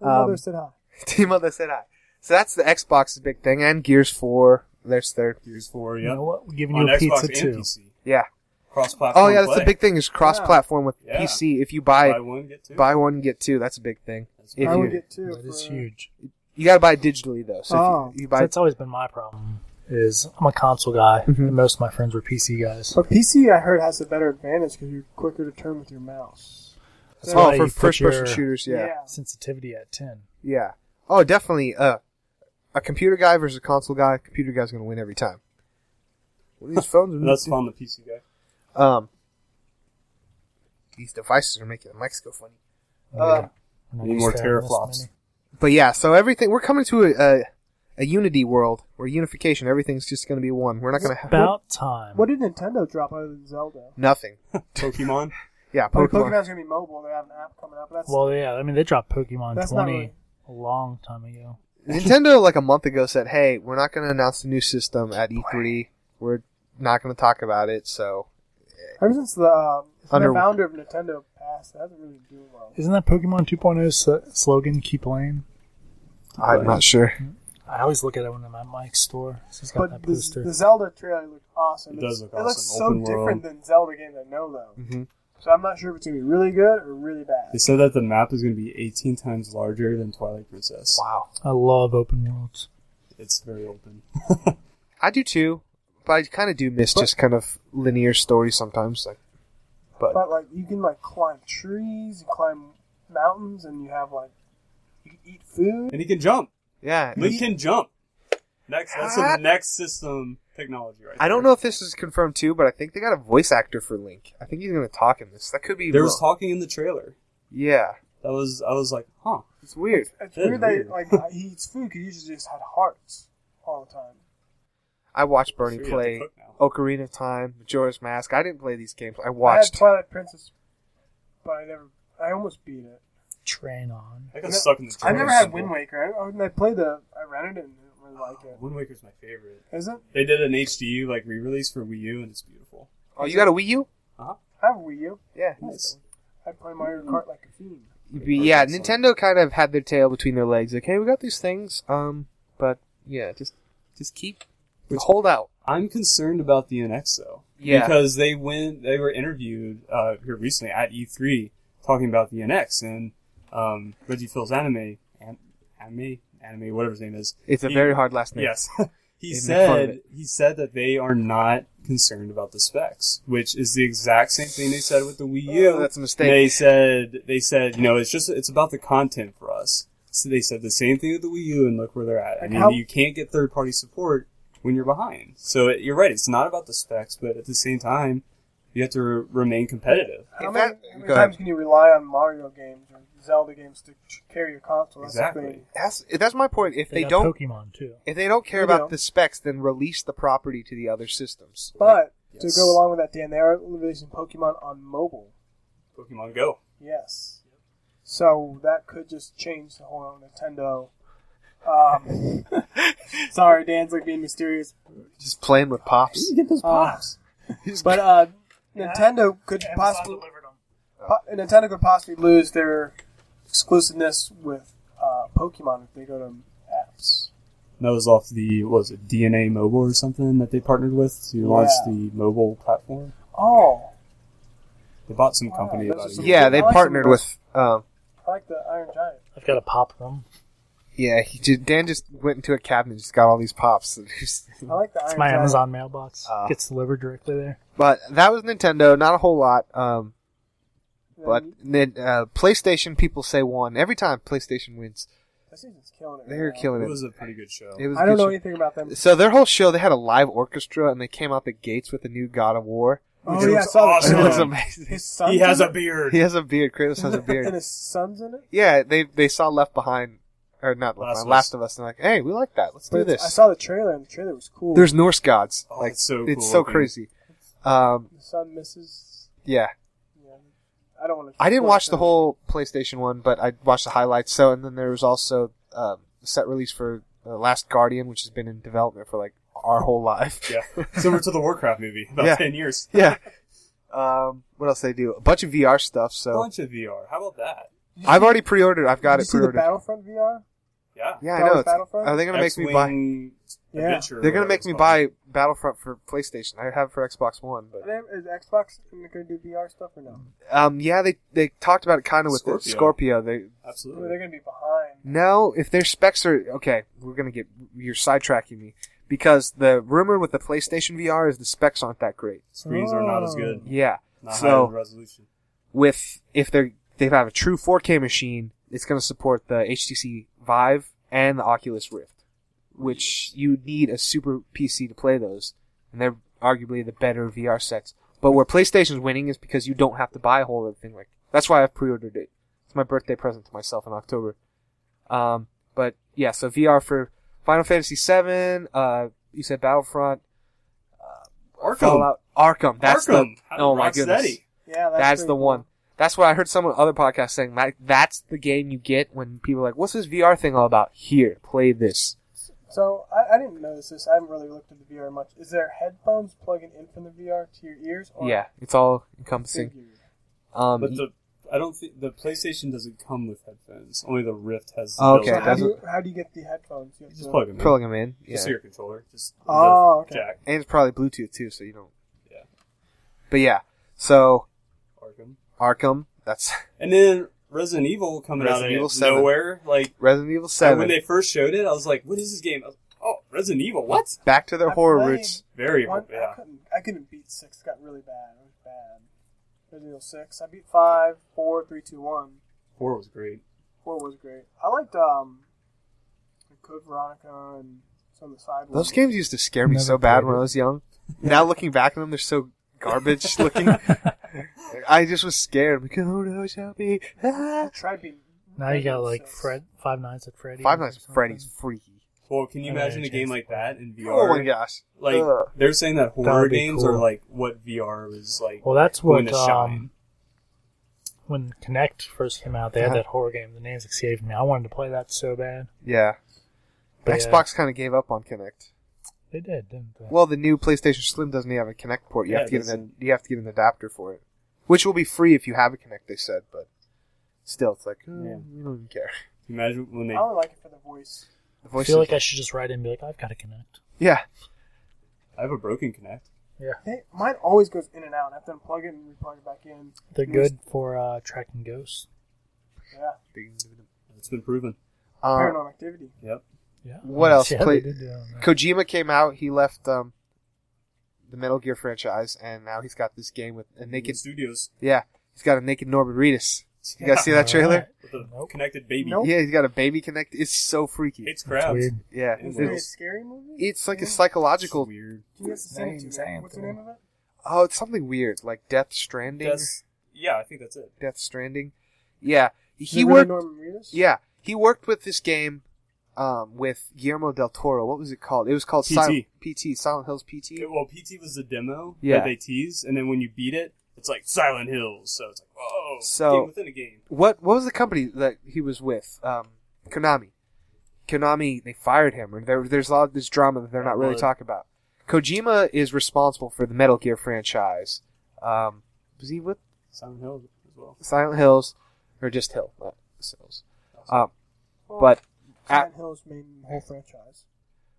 S11: My mother
S6: Um,
S11: said hi.
S6: Team of the Jedi. So that's the Xbox's big thing, and Gears 4. There's their
S12: Here's for
S10: You know
S12: yeah,
S10: what? We're giving
S12: on
S10: you a
S12: Xbox
S10: pizza
S12: and
S10: too.
S12: PC
S6: yeah.
S12: cross-platform.
S6: Oh yeah, that's
S12: play.
S6: the big thing is cross-platform with
S12: Yeah.
S6: PC. If you buy
S12: Buy one get two.
S6: buy one get two, that's a big thing.
S12: That's
S6: If
S11: I
S6: you,
S11: would get two.
S10: That is
S11: for-
S10: huge.
S6: you gotta buy it digitally though. So
S11: Oh.
S6: if you, you buy
S10: That's always been my problem. Is I'm a console guy,
S6: Mhm.
S10: and most of my friends were PC guys.
S11: But PC, I heard, has a better advantage because you're quicker to turn with your mouse.
S10: That's
S6: oh
S10: why
S6: for
S10: you put
S6: first-person
S10: your
S6: shooters, yeah, yeah,
S10: sensitivity at ten.
S6: Oh, definitely. Uh, a computer guy versus a console guy. Computer guy's gonna win every time. What are these phones? are-
S12: That's fun. The PC guy.
S6: Um, these devices are making the mics go funny. Uh,
S10: I'm not
S12: Need
S10: used
S12: more
S10: to having this
S12: teraflops.
S10: many.
S6: But yeah, so everything we're coming to a, a, a unity world where unification, everything's just going to be one. We're not going to have
S10: About time.
S11: What did Nintendo drop other than Zelda?
S6: nothing.
S12: Pokemon.
S6: Yeah,
S11: I mean,
S6: Pokemon.
S11: Pokemon's gonna be mobile. They have an app coming up. That's
S10: Well, yeah, I mean they dropped Pokemon
S11: That's not
S10: twenty
S11: really-
S10: a long time ago.
S6: Nintendo like a month ago said, "Hey, we're not going to announce the new system at E3. We're not going to talk about it." So
S11: ever since the, um,
S6: Under-
S11: the founder of Nintendo passed, it hasn't really doing well.
S10: Isn't that Pokemon 2.0's s- uh, slogan "Keep playing"?
S6: I'm not sure.
S10: I always look at it when I'm at Mike's store. She's got
S11: But
S10: that
S11: the,
S10: poster.
S11: the Zelda trailer looked awesome.
S12: It
S11: It's-
S12: does look
S11: It looks
S12: awesome.
S11: so
S12: Open
S11: different
S12: world.
S11: than Zelda games I know though.
S6: hmm
S11: So I'm not sure if it's gonna be really good or really bad.
S12: They said that the map is going to be 18 times larger than Twilight Princess.
S6: Wow,
S10: I love open worlds.
S12: It's very open.
S6: I do too, but I kind of do miss
S11: But-
S6: just kind of linear stories sometimes. Like, but
S11: But like you can like climb trees, you climb mountains, and you have like you can eat food.
S12: and he can jump.
S6: yeah,
S12: Link can jump. Next, that's
S6: Ah.
S12: the next system technology, right?
S6: I don't
S12: there.
S6: know if this is confirmed too, but I think they got a voice actor for Link. I think he's going to talk in this. That could be
S12: There was
S6: wrong.
S12: talking in the trailer.
S6: Yeah,
S12: That was I was like, huh?
S6: it's weird.
S11: It's
S12: That's
S11: weird
S12: weird.
S11: that like he eats food because he usually just had hearts all the time.
S6: I watched Bernie
S12: Sure, you have to
S6: play
S12: cook now.
S6: Ocarina of Time, Majora's Mask. I didn't play these games. I
S11: I had
S6: watched.
S11: Twilight Princess, but I never. I almost beat it.
S10: Train on.
S12: I got stuck in the
S11: I
S12: trailer.
S11: never had Wind Waker. I, I- I played the. I rented it and didn't really like it.
S12: Wind Waker's my favorite.
S11: Is it?
S12: They did an HDU like re-release for Wii U, and it's beautiful. Uh-huh.
S6: Oh, you got a Wii U?
S11: I have a Wii U.
S6: Yeah.
S12: Nice.
S11: I play Mario Kart like a fiend.
S6: But yeah, Nintendo kind of had their tail between their legs. Like, hey, we got these things, um, but yeah, just just keep
S12: Which-
S6: hold out.
S12: I'm concerned about the NX though,
S6: Yeah.
S12: because they went they were interviewed uh, here recently at E3 talking about the NX and um, Reggie Phil's anime, an- anime, anime, whatever his name is.
S6: It's a
S12: He-
S6: very hard last name.
S12: Yes. he
S6: They make fun of
S12: said
S6: it.
S12: he said that they are not concerned about the specs, which is the exact same thing they said with the Wii U.
S6: Oh, that's a mistake.
S12: They said they said, you know, it's just it's about the content for us. So they said the same thing with the Wii U and look where they're at. I
S11: Like
S12: mean,
S11: how-
S12: you can't get third party support when you're behind. So it, you're right, it's not about the specs, but at the same time, You have to re- remain competitive.
S11: How
S6: If
S11: many,
S6: that-
S11: how many
S6: go
S11: times
S6: ahead.
S11: can you rely on Mario games or Zelda games to tr- carry your console? That's the
S12: Exactly.
S11: thing.
S6: That's that's my point. If they,
S10: got
S6: don't
S10: Pokemon too.
S6: if they don't care
S11: They
S6: about
S11: don't.
S6: the specs, then release the property to the other systems.
S11: But
S12: Yes.
S11: to go along with that, Dan, they are releasing Pokemon on mobile.
S12: Pokemon Go.
S11: Yes. So that could just change the whole Nintendo. Um, sorry, Dan's like being mysterious.
S6: Just playing with pops.
S12: get those
S6: Ah.
S11: pops. But uh,
S10: Yeah.
S11: Nintendo could possibly po- Nintendo could possibly lose their exclusiveness with uh, Pokemon if they go to apps.
S12: That was off the what was it DNA Mobile or something that they partnered with to launch
S11: Yeah.
S12: the mobile platform.
S11: Oh,
S12: They bought some
S11: Wow,
S12: company
S11: those
S12: about
S11: are
S12: a
S11: some-
S12: year
S6: Yeah, they
S11: I like some
S6: partnered
S11: of
S6: with. Um,
S11: I like the Iron Giant.
S10: I've got a pop them.
S6: yeah, he did, Dan just went into a cabinet, and just got all these pops.
S11: I like the
S10: It's
S11: Iron
S10: my
S11: Giant.
S10: Amazon mailbox.
S6: Ah.
S10: Gets delivered directly there.
S6: but that was Nintendo. Not a whole lot. Um,
S11: Yeah,
S6: but then uh, PlayStation people say one every time. PlayStation wins.
S11: This season's killing it.
S6: They're
S11: right now.
S6: killing
S12: It
S6: it.
S12: was a pretty good show.
S6: It was
S11: I don't
S6: good
S11: know
S6: shit.
S11: anything about them.
S6: So their whole show, they had a live orchestra, and they came out the gates with a new God of War.
S11: Oh
S12: Which
S11: yeah, I
S12: looks
S11: saw
S12: awesome.
S6: It looks
S11: that.
S6: amazing.
S11: His son's
S12: he has
S11: in
S12: a
S11: it?
S12: beard.
S6: He has a beard. Kratos has a
S11: and
S6: beard.
S11: his son's in it.
S6: Yeah, they they saw Left Behind, or not Left
S12: Last
S6: Behind,
S12: of
S6: Last
S12: Us.
S6: of Us, and they're like, hey, we like that. Let's do
S11: But it's- I
S6: this.
S11: saw the trailer, and the trailer was cool.
S6: There's Norse gods.
S12: Oh,
S6: like
S12: it's so
S6: it's
S12: cool
S6: so
S12: looking.
S6: crazy. Um,
S11: the son misses.
S6: yeah,
S11: Yeah, I don't want to.
S6: I didn't watch the whole PlayStation one, but I watched the highlights. So, and then there was also um, a set release for uh, Last Guardian, which has been in development for like our whole life.
S12: Yeah, similar to the Warcraft movie about
S6: Yeah.
S12: ten years.
S6: yeah. Um, what else they do? A bunch of VR stuff. So
S12: Bunch of VR. How about that?
S6: I've already pre-ordered. I've got
S11: Did you
S6: it
S11: see the
S6: pre-ordered.
S11: Battlefront VR?
S12: Yeah.
S6: Yeah, I
S11: Star
S6: know.
S11: Wars
S6: it's-
S11: Battlefront?
S6: Are they gonna make me buy?
S12: X-Wing
S11: Yeah.
S12: Adventure or
S6: They're gonna
S12: whatever
S6: make
S12: it's
S6: me
S12: called.
S6: buy Battlefront for PlayStation. I have it for Xbox One, but
S11: They- Is Xbox going to do VR stuff or no?
S6: um, yeah, they they talked about it kind of with the
S12: Scorpio.
S6: Scorpio. They
S11: Ooh,
S12: Absolutely.
S11: they're going to be behind.
S6: no, if their specs are okay, we're gonna get you're sidetracking me because the rumor with the PlayStation VR is the specs aren't that great.
S12: Screens are not as
S11: Oh.
S12: good.
S6: Yeah,
S12: Not high
S6: so
S12: end resolution.
S6: with if they're they have a true 4K machine, it's going to support the HTC Vive and the Oculus Rift, which you need a super PC to play those, and they're arguably the better VR sets. But where PlayStation's winning is because you don't have to buy a whole other thing. Like that's why I've pre-ordered it. It's my birthday present to myself in October. Um, but yeah, so VR for Final Fantasy VII. Uh, you said Battlefront,
S12: Arkham.
S6: Fallout, Arkham. That's
S12: Arkham.
S6: the
S12: How
S6: oh
S12: did
S6: my
S12: Rocksteady?
S6: goodness.
S11: Yeah, that's,
S6: That's
S11: pretty
S6: the
S11: cool.
S6: one. That's what I heard some other podcast saying. That that's the game you get when people are like, "What's this VR thing all about?" Here, play this.
S11: So I, I didn't notice this. I haven't really looked at the VR much. Is there headphones plugging in from the VR to your ears? Or
S6: Yeah, it's all
S11: figured?
S6: encompassing. Um,
S12: But the I don't think the PlayStation doesn't come with headphones. Only the Rift has.
S6: Oh, okay,
S11: So
S12: those.
S6: it
S11: how, do
S6: doesn't-
S11: you, how do you get the headphones? You have
S12: Just
S11: to-
S12: plug them in.
S6: plug them in. Yeah,
S12: Just to your controller. Just
S11: Oh, okay.
S12: the jack.
S6: and it's probably Bluetooth too, so you don't.
S12: Yeah.
S6: But yeah, so
S12: Arkham.
S6: Arkham. That's
S12: And then Resident Evil coming out of
S6: Resident Evil
S12: Evil
S6: 7.
S12: nowhere. Like
S6: Resident Evil
S12: and
S6: Seven.
S12: when they first showed it, I was like, "What is this game?" I was, oh, Resident Evil. What?
S6: Back to their
S11: I
S6: horror
S11: played
S6: roots.
S12: Very
S11: one- I
S12: yeah.
S11: couldn't. I couldn't beat six. Got really bad. It was bad. Resident Evil six. I beat five, four, three, two, one.
S12: Four was great.
S11: Four was great. I liked um, Code Veronica and some of the side ones.
S6: Those games used to scare me
S10: Never
S6: so bad
S10: played
S6: when I
S10: it.
S6: was young. now looking back on them, they're so garbage looking. I just was scared "Oh, because who knows how me. Ah.
S11: I tried beating.
S10: Now you
S11: Resident
S10: got
S11: Evil
S10: like
S11: six.
S10: Fred Five Nights at Freddy's.
S6: Five
S10: or
S6: Nights at
S10: something.
S6: Freddy's freaky.
S12: Well, can you
S10: I had
S12: imagine
S10: a
S12: a game
S10: chance
S12: like
S10: to play.
S12: that in VR?
S6: Oh my gosh!
S12: Like
S6: Ugh.
S12: they're saying that horror
S10: That'd be
S12: games
S10: cool.
S12: are like what VR was like.
S10: Well, that's
S12: going
S10: what
S12: to shine.
S10: um, when Connect first came out, they had
S6: Uh-huh.
S10: that horror game. The name's escaped me. I wanted to play that so bad.
S6: yeah.
S10: But yeah.
S6: Xbox kind of gave up on Kinect.
S10: They did, didn't they?
S6: Well, the new PlayStation Slim doesn't even have a Kinect port. You
S12: Yeah,
S6: have to
S12: it
S6: get an
S12: doesn't.
S6: you have to get an adapter for it, which will be free if you have a Kinect. They said, but still, it's like mm,
S12: Yeah.
S6: we don't even care.
S12: Can you imagine when
S11: I
S12: they
S11: only like it for the voice.
S6: The
S10: I
S6: voice
S10: feel
S6: is-
S10: like I should just write in and be like, I've got to connect.
S6: yeah,
S12: I have a broken connect.
S10: Yeah.
S11: They, mine always goes in and out. I have to unplug it and replug it back in.
S10: They're
S11: Yes.
S10: good for uh, tracking ghosts.
S11: Yeah,
S12: It's been proven.
S6: Uh,
S11: Paranormal Activity.
S12: Yep.
S10: Yeah.
S6: What else?
S10: Yeah, they
S6: Play-
S10: did do that.
S6: Kojima came out. He left um, the Metal Gear franchise, and now he's got this game with a naked.
S12: studios
S6: Yeah, he's got a naked Norman Reedus. You guys see that
S10: Alright.
S6: trailer?
S12: with a
S10: Nope.
S12: connected baby.
S11: Nope.
S6: Yeah, he's got a baby Kinect. It's so freaky.
S12: It's
S10: That's
S12: crabs.
S10: weird.
S6: yeah,
S12: It
S11: Is
S12: was-
S11: it a scary movie?
S6: it's like a
S11: Yeah.
S12: It's
S6: psychological
S12: weird.
S11: Can you guys sing it to me? What's the name of it?
S6: Oh, it's something weird, like Death Stranding.
S12: That's, yeah, I think that's it.
S6: Death Stranding. Yeah, he
S11: Remember
S6: worked.
S11: Norman Reedus?
S6: Yeah, he worked with this game um, with Guillermo del Toro. What was it called? It was called
S12: PT.
S6: Silent, PT Silent Hills PT.
S12: Yeah, Well, PT was the demo
S6: Yeah.
S12: that they tease, and then when you beat it, it's like Silent Hills. So it's like, oh,
S6: So-
S12: game within a game.
S6: What what was the company that he was with? Um, Konami. Konami. They fired him, and there, there's a lot of this drama that they're not really
S12: Right.
S6: talking about. Kojima is responsible for the Metal Gear franchise. Um, was he with
S12: Silent Hills as well.
S6: Silent Hills or just Hill? Not Hills. Um, but
S11: Silent Hills made the whole franchise.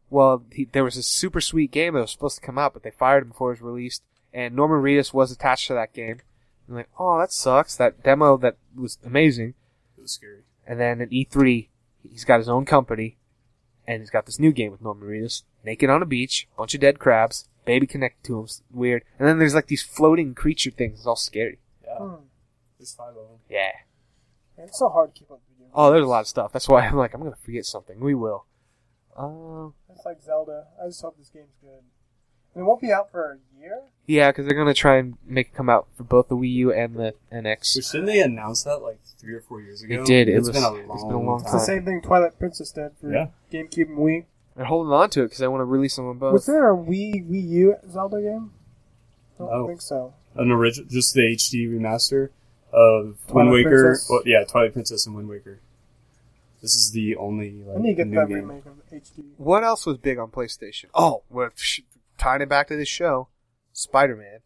S6: Well, he, there was a super sweet game that was supposed to come out, but they fired him before it was released. And Norman Reedus was attached to that game. And like, oh, that sucks. That demo that was amazing.
S12: It was scary.
S6: And then at E3, he's got his own company, and he's got this new game with Norman Reedus, naked on a beach, bunch of dead crabs, baby connected to him, s- weird. And then there's like these floating creature things. It's all scary.
S12: Yeah,
S11: Hmm.
S12: there's five of them.
S6: Yeah.
S11: It's so hard to keep up with video.
S6: Oh, there's a lot of stuff. That's why I'm like, I'm gonna forget something. We will. Um.
S11: It's like Zelda. I just hope this game's good. And it won't be out for a year.
S6: Yeah, because they're gonna try and make it come out for both the Wii U and the NX.
S12: Which didn't they announce that like three or four years ago?
S6: They did. It
S12: It's
S6: was-
S12: been a long,
S6: it's been a long
S11: It's
S12: time.
S11: the same thing Twilight Princess did for
S12: Yeah.
S11: GameCube and Wii.
S6: They're holding on to it because they want to release them on both.
S11: Was there a Wii Wii U Zelda game? I don't
S12: No.
S11: think so.
S12: An original, just the HD remaster of
S11: Twilight
S12: Wind Waker.
S11: Princess.
S12: Well, yeah, Twilight Princess and Wind Waker. This is the only like
S11: I need to get
S12: new
S11: that
S12: game.
S11: remake of HD.
S6: What else was big on PlayStation? Oh, we're sh- tying it back to this show, Spider Man.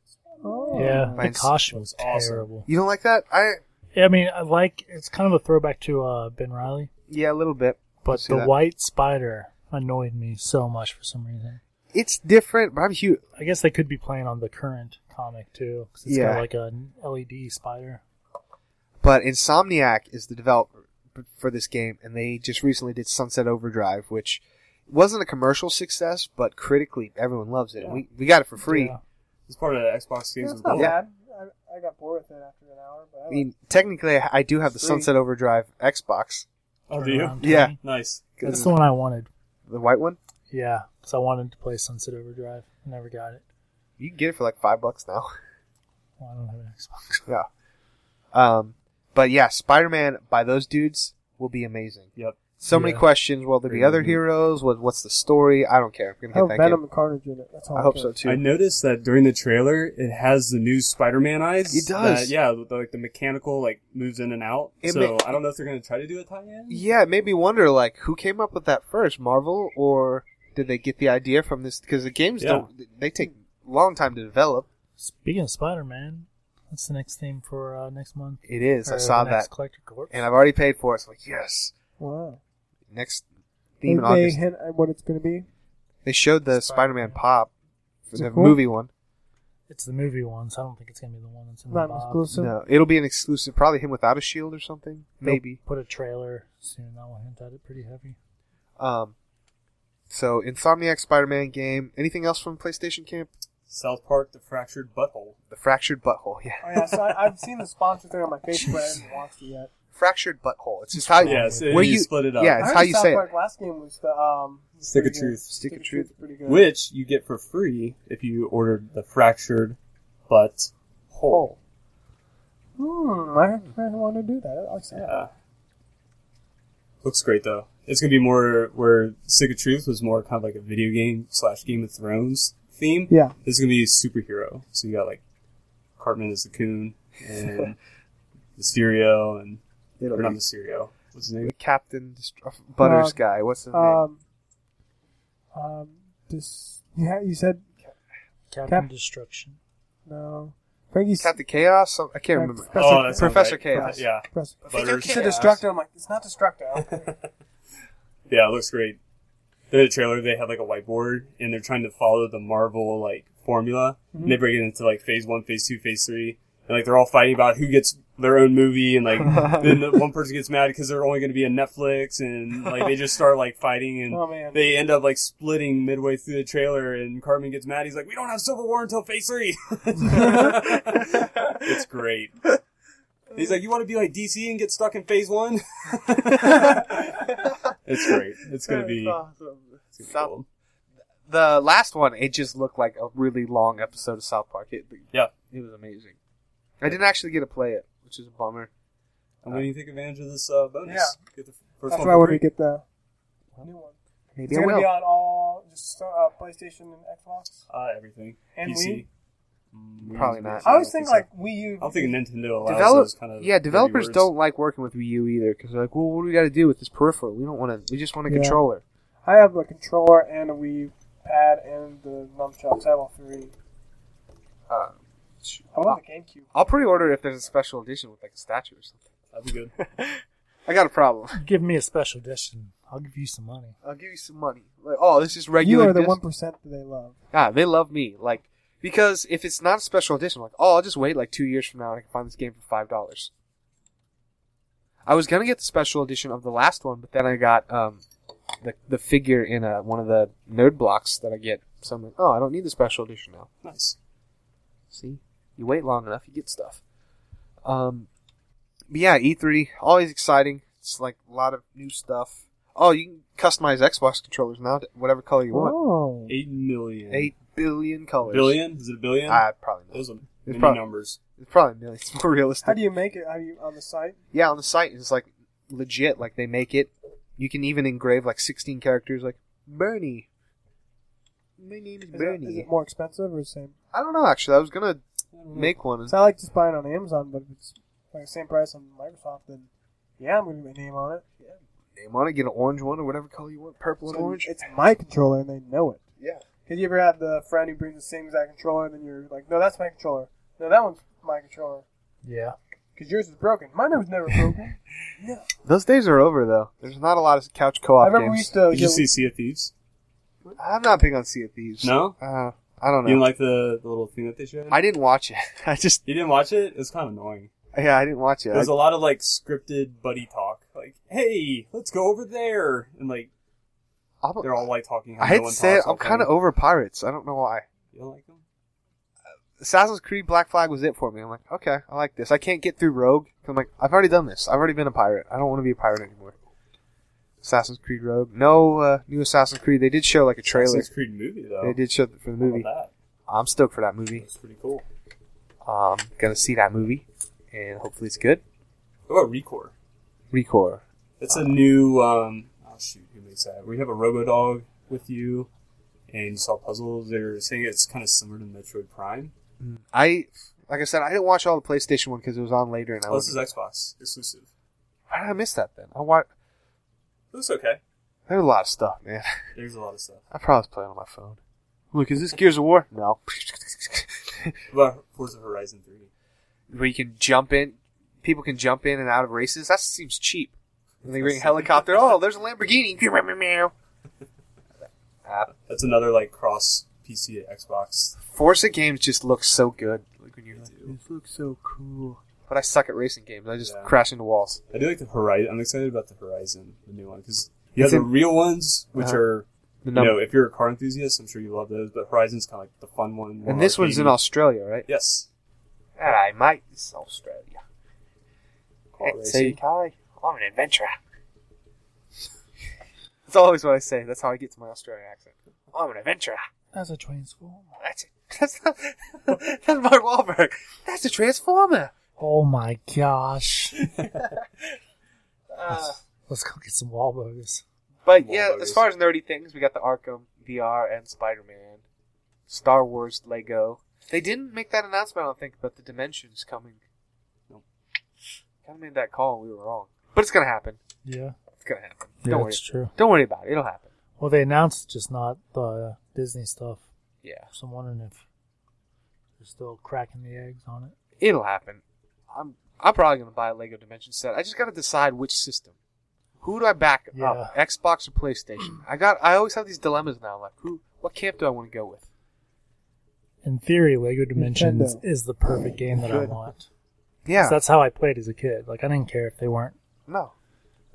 S11: Oh.
S10: Yeah, the
S6: Mine's-
S10: costume was
S12: awesome.
S10: terrible.
S6: You don't like that? I
S10: Yeah, I mean, I like it's kind of a throwback to uh, Ben Riley,
S6: yeah, a little bit.
S10: but
S6: See
S10: the
S6: that?
S10: white spider annoyed me so much for some reason.
S6: It's different, but I'm huge.
S10: I guess they could be playing on the current comic too, because it's
S6: Yeah.
S10: got like an LED spider.
S6: But Insomniac is the developer for this game, and they just recently did Sunset Overdrive, which wasn't a commercial success, but critically everyone loves it.
S12: Yeah.
S6: We we got it for free.
S10: Yeah.
S12: It's part of the Xbox games.
S11: That's
S12: as
S11: not
S12: well.
S11: bad. I, I got bored with it after an hour, but I,
S6: I
S11: like
S6: mean, technically, I I do have the
S11: Free.
S6: Sunset Overdrive Xbox,
S12: Oh, do you?
S10: Turnaround
S6: Yeah.
S10: time.
S12: Nice.
S10: that's the one I wanted.
S6: the white one.
S10: Yeah, because I wanted to play Sunset Overdrive. I never got it.
S6: You can get it for like five bucks now.
S10: Well, I don't have an Xbox.
S6: Yeah. Um, but yeah, Spider Man by those dudes will be amazing.
S12: Yep.
S6: So many
S10: Yeah.
S6: questions. Will there be other heroes? What, what's the story? I don't care. I'm
S11: I
S6: gonna
S11: have
S6: get that
S11: Oh, Venom
S6: game.
S11: and Carnage in it. That's all
S6: I hope
S11: care.
S6: so too.
S12: I noticed that during the trailer, it has the new Spider-Man eyes.
S6: It
S12: that-
S6: does.
S12: yeah, with the, like the mechanical like moves in and out.
S6: It
S12: so
S6: ma-
S12: I don't know if they're going to try to do a tie-in.
S6: yeah, it made me wonder like who came up with that first, Marvel or did they get the idea from this? Because the games
S12: Yeah.
S6: don't they take a long time to develop.
S10: Speaking of Spider Man, that's the next theme for uh, next month.
S6: It is. I
S10: Or
S6: saw
S10: the next
S6: that,
S10: Collector Corps.
S6: and I've already paid for it. So like yes,
S11: Wow.
S6: next
S11: Did
S6: theme in
S11: they
S6: August.
S11: hint at uh, what it's going to be?
S6: They showed the Spider Man pop,
S11: Is it
S6: the
S11: cool?
S6: movie one.
S10: It's the movie one, so I don't think it's gonna be the one that's in the
S11: Not
S10: box.
S11: exclusive.
S6: no, it'll be an exclusive. Probably him without a shield or something.
S10: They'll
S6: Maybe.
S10: put a trailer soon. That will hint at it pretty heavy.
S6: Um, so Insomniac Spider-Man game. Anything else from PlayStation Camp?
S12: South Park: The Fractured Butthole.
S6: The fractured butthole. Yeah.
S11: Oh yeah, so I, I've seen the sponsor thing on my Facebook, but I haven't watched it yet.
S6: Fractured butthole. It's just how
S12: Yeah, so you split it up.
S6: Yeah,
S11: I
S6: it's
S11: heard
S6: how
S11: the
S6: you
S11: South
S6: say
S11: Park
S6: it.
S11: Last game was the um, was
S12: Stick
S11: pretty
S12: of
S11: good.
S12: Truth.
S6: Stick of
S11: is
S6: Truth.
S11: pretty good.
S12: which you get for free if you ordered the fractured butt hole.
S11: Hmm, I, I want to do that. I like that.
S12: Yeah. Looks great though. It's gonna be more where Stick of Truth was more kind of like a video game slash Game of Thrones theme.
S11: Yeah.
S12: This is gonna be superhero. So you got like Cartman is the coon and Mysterio and
S6: It'll
S12: or not
S6: be
S12: Mysterio. What's his name?
S6: Captain Dest- Butters
S11: Uh,
S6: guy. What's his name?
S11: Um, um, this yeah, you said
S10: Captain Destruction.
S11: no. Frankie's
S6: Captain Chaos. Some, I can't
S11: uh,
S6: remember.
S11: Professor-
S12: that sounds
S6: Professor
S12: right.
S6: Chaos.
S12: Yeah.
S11: Professor-
S12: Butters.
S11: It's a destructor. I'm like, it's not destructor.
S12: Yeah, it looks great. In the trailer, they have like a whiteboard, and they're trying to follow the Marvel like formula.
S11: Mm-hmm.
S12: And they break it into like phase one, phase two, phase three, and like they're all fighting about who gets their own movie, and like then the one person gets mad because they're only going to be on Netflix, and like they just start like fighting, and
S11: Oh, man.
S12: they end up like splitting midway through the trailer, and Carmen gets mad. He's like, "We don't have Civil War until phase three. it's great. He's like, "You want to be like DC and get stuck in phase one?" it's great. It's gonna be.
S6: Awesome.
S12: It's gonna be
S6: South-
S12: cool.
S6: the last one, it just looked like a really long episode of South Park. It,
S12: Yeah.
S6: it was amazing. I didn't actually get to play it, which is a bummer.
S12: I'm going to take advantage of this uh, bonus.
S11: Yeah.
S12: Get the first
S11: That's
S12: one
S11: why
S12: for
S11: we're
S12: free.
S11: gonna get the new one.
S6: Maybe
S11: It's
S6: I
S11: gonna be
S6: will.
S11: on all just uh, PlayStation and Xbox.
S12: Uh, everything.
S11: And
S12: PC.
S11: Wii?
S12: Mm,
S6: Probably
S12: Wii's
S6: not.
S12: best.
S11: I always think
S12: so.
S11: like Wii U.
S12: I don't think Nintendo allows
S6: Develop-
S12: those kind of.
S6: yeah, developers
S12: reviewers.
S6: don't like working with Wii U either because they're like, well, what do we got to do with this peripheral? We don't want to. We just want a
S11: Yeah.
S6: controller.
S11: I have a controller and a Wii pad and the nunchucks. I have all three.
S6: Uh,
S11: I want the GameCube.
S6: I'll pre-order if there's a special edition with like a statue or something.
S12: That'd be good.
S6: I got a problem.
S10: Give me a special edition. I'll give you some money.
S6: I'll give you some money. Like, oh, this is
S11: You
S6: regular.
S11: are the
S6: disc-
S11: one percent that they love.
S6: Ah, they love me. Like because if it's not a special edition, like oh, I'll just wait like two years from now and I can find this game for five dollars. I was gonna get the special edition of the last one, but then I got um the the figure in uh one of the nerd blocks that I get. So I'm like, oh, I don't need the special edition now.
S12: nice.
S6: See, you wait long enough, you get stuff. Um, but yeah, E3 always exciting. It's like a lot of new stuff. Oh, you can customize Xbox controllers now, to whatever color you want.
S10: Oh,
S12: Eight million.
S6: Eight billion colors.
S12: billion? Is it a billion?
S6: Uh, probably not.
S12: those are many
S6: probably-
S12: numbers.
S6: It's probably a million. It's more realistic.
S11: How do you make it? How do you on the site?
S6: yeah, on the site it's like legit. Like they make it. You can even engrave like 16 characters. Like Bernie. My name is
S11: Is it, is
S6: Bernie.
S11: it more expensive or the same?
S6: I don't know. Actually, I was gonna make one.
S11: So I like just buying on Amazon, but if it's like the same price on Microsoft, then yeah, I'm gonna get my name on it.
S6: Name on it. Get an orange one or whatever color you want. Purple and
S11: So
S6: orange.
S11: It's my controller, and they know it.
S6: Yeah.
S11: Cause you ever had the friend who brings the same exact controller, and then you're like, no, that's my controller. No, that one's my controller.
S10: yeah.
S11: Cause yours is broken. Mine was never broken.
S6: Those days are over, though. There's not a lot of couch
S11: I
S6: co-op
S11: remember we
S6: games.
S11: used to.
S12: Did you
S11: get-
S12: see Sea of Thieves?
S6: I'm not big on Sea of Thieves.
S12: No?
S6: Uh, I
S12: You
S6: don't know.
S12: didn't like the, the little thing that they showed?
S6: I didn't watch it. I just
S12: you didn't watch it? It was kind of annoying.
S6: yeah, I didn't watch it.
S12: There's
S6: I,
S12: a lot of like scripted buddy talk. Like, hey, let's go over there. And like,
S6: I'm,
S12: they're all like talking. how
S6: I hate
S12: no
S6: to
S12: one
S6: say it.
S12: talks,
S6: I'm
S12: all
S6: kind of
S12: funny.
S6: over pirates. I don't know why.
S12: You don't like them?
S6: Assassin's Creed Black Flag was it for me. I'm like, okay, I like this. I can't get through Rogue. 'cause I'm like, I've already done this. I've already been a pirate. I don't want to be a pirate anymore. Assassin's Creed Rogue. No uh, new Assassin's Creed. They did show like a trailer.
S12: Assassin's Creed movie though.
S6: They did show it for the
S12: How about
S6: movie.
S12: That?
S6: I'm stoked for that movie.
S12: That's pretty cool.
S6: I'm gonna see that movie, and hopefully it's good.
S12: What about Recore?
S6: Recore.
S12: It's
S6: Uh,
S12: a new. Um, oh shoot, who makes that? We have a RoboDog with you, and you solve puzzles. They're saying it's kind of similar to Metroid Prime.
S6: I like I said, I didn't watch all the PlayStation one because it was on later, and I
S12: Oh, this
S6: was.
S12: is Xbox exclusive.
S6: Why did I miss that then? I watched.
S12: Looks okay.
S6: There's a lot of stuff, man.
S12: There's a lot of stuff.
S6: I probably was playing on my phone. Look, is this Gears of War? No.
S12: What about Forza Horizon Three?
S6: Where you can jump in, people can jump in and out of races. That seems cheap. And they bring a helicopter. Oh, there's a Lamborghini. Ah,
S12: That's another like cross PC to Xbox.
S6: Forza games just look so good. Like when you're like, this looks so cool. But I suck at racing games. I just
S12: Yeah.
S6: crash into walls.
S12: I do like the Horizon. I'm excited about the Horizon, the new one, because you have
S6: It's
S12: the
S6: in-
S12: real ones, which
S6: Uh-huh.
S12: are
S6: The
S12: you know,
S6: number.
S12: if you're a car enthusiast, I'm sure you love those. But Horizon's kind of like the fun one. more
S6: and this one's in
S12: arcadey.
S6: Australia, right? Ah,
S12: Yes.
S6: I might. This is Australia.
S12: Car
S6: Hey,
S12: racing.
S6: hi. I'm an adventurer. That's always what I say. That's how I get to my Australian accent. I'm an adventurer.
S10: That's a transformer.
S6: That's it. That's not, that's Mark Wahlberg. That's a transformer.
S10: Oh my gosh.
S6: Uh,
S10: Let's go get some Wahlburgers.
S6: but yeah,
S12: Wahlburgers.
S6: as far as nerdy things, we got the Arkham VR and Spider Man, Star Wars Lego. They didn't make that announcement, I don't think, about the dimensions coming.
S12: Nope.
S6: Kind of made that call. and We were wrong, but it's gonna happen.
S10: Yeah,
S6: It's gonna happen.
S10: yeah,
S6: Don't worry.
S10: that's true.
S6: Don't worry about it. It'll happen.
S10: Well, they announced just not the uh, Disney stuff.
S6: Yeah.
S10: So I'm wondering if they're still cracking the eggs on it.
S6: It'll happen. I'm I'm probably gonna buy a Lego Dimension set. I just gotta decide which system. Who do I back up?
S10: Yeah.
S6: Xbox or PlayStation? I got I always have these dilemmas now, like who what camp do I want to go with?
S10: In theory, Lego Dimensions
S11: Nintendo.
S10: is the perfect game that I
S6: Good.
S10: want. 'Cause
S6: Yeah.
S10: That's how I played as a kid. Like I didn't care if they weren't,
S6: no.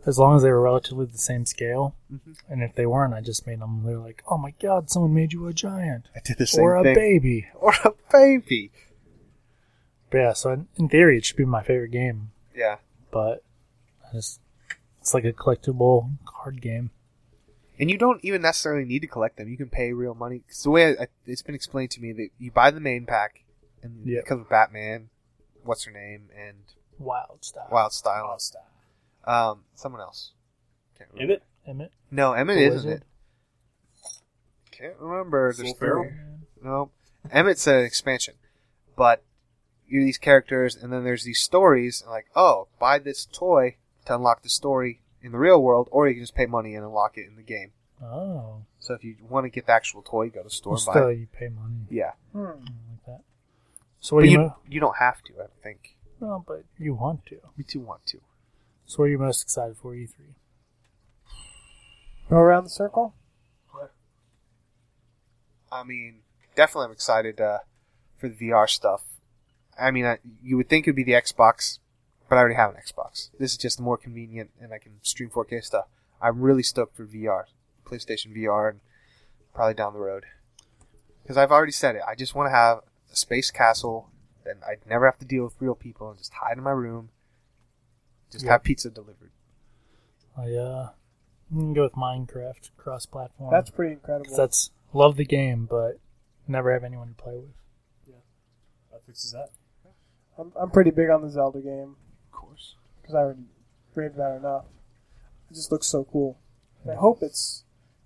S10: as long as they were relatively the same scale.
S6: Mhm.
S10: And if they weren't, I just made them. They're like, "Oh my god, someone made you a giant
S6: I did the
S10: or a baby."
S6: Or a baby.
S10: But yeah, so in, in theory, it should be my favorite game.
S6: Yeah.
S10: But I just, it's like a collectible card game.
S6: And you don't even necessarily need to collect them. You can pay real money. Because the way I, I, it's been explained to me that you buy the main pack, and
S10: Yeah.
S6: it comes with Batman, what's her name, and
S10: Wild style.
S6: Wild Style,
S12: Austin.
S6: um, someone else. Can't remember.
S12: Emmett?
S10: Emmett.
S6: No, Emmett
S10: The
S6: isn't
S10: Wizard?
S6: it. Can't remember.
S12: Will
S6: There's
S12: Ferrell?
S6: three. No, Emmett's an expansion, but you're these characters, and then there's these stories. And like, oh, buy this toy to unlock the story in the real world, or you can just pay money and unlock it in the game.
S10: Oh.
S6: So if you want to get the actual toy, you go to the store
S10: Well,
S6: and buy.
S10: still,
S6: it.
S10: you pay money.
S6: Yeah,
S11: Hmm.
S10: I don't like that. So where
S6: but
S10: you?
S6: you
S10: Mo-
S6: you don't have to. I don't think
S10: no, but you want to.
S6: we do want to.
S10: So what are you most excited for? E three.
S11: Go around the circle.
S6: I mean, definitely, I'm excited uh, for the VR stuff. I mean, I, you would think it would be the Xbox, but I already have an Xbox. This is just more convenient, and I can stream 4K stuff. I'm really stoked for VR, PlayStation VR, and probably down the road. Because I've already said it, I just want to have a space castle, and I'd never have to deal with real people, and just hide in my room, just
S10: Yeah.
S6: have pizza delivered.
S10: I uh, I'm gonna go with Minecraft cross platform.
S11: That's pretty incredible.
S10: that's love the game, but never have anyone to play with.
S12: That fixes that.
S11: I'm, I'm pretty big on the Zelda game
S6: Of course.
S11: because I already raved about it enough. It just looks so cool. And I hope it's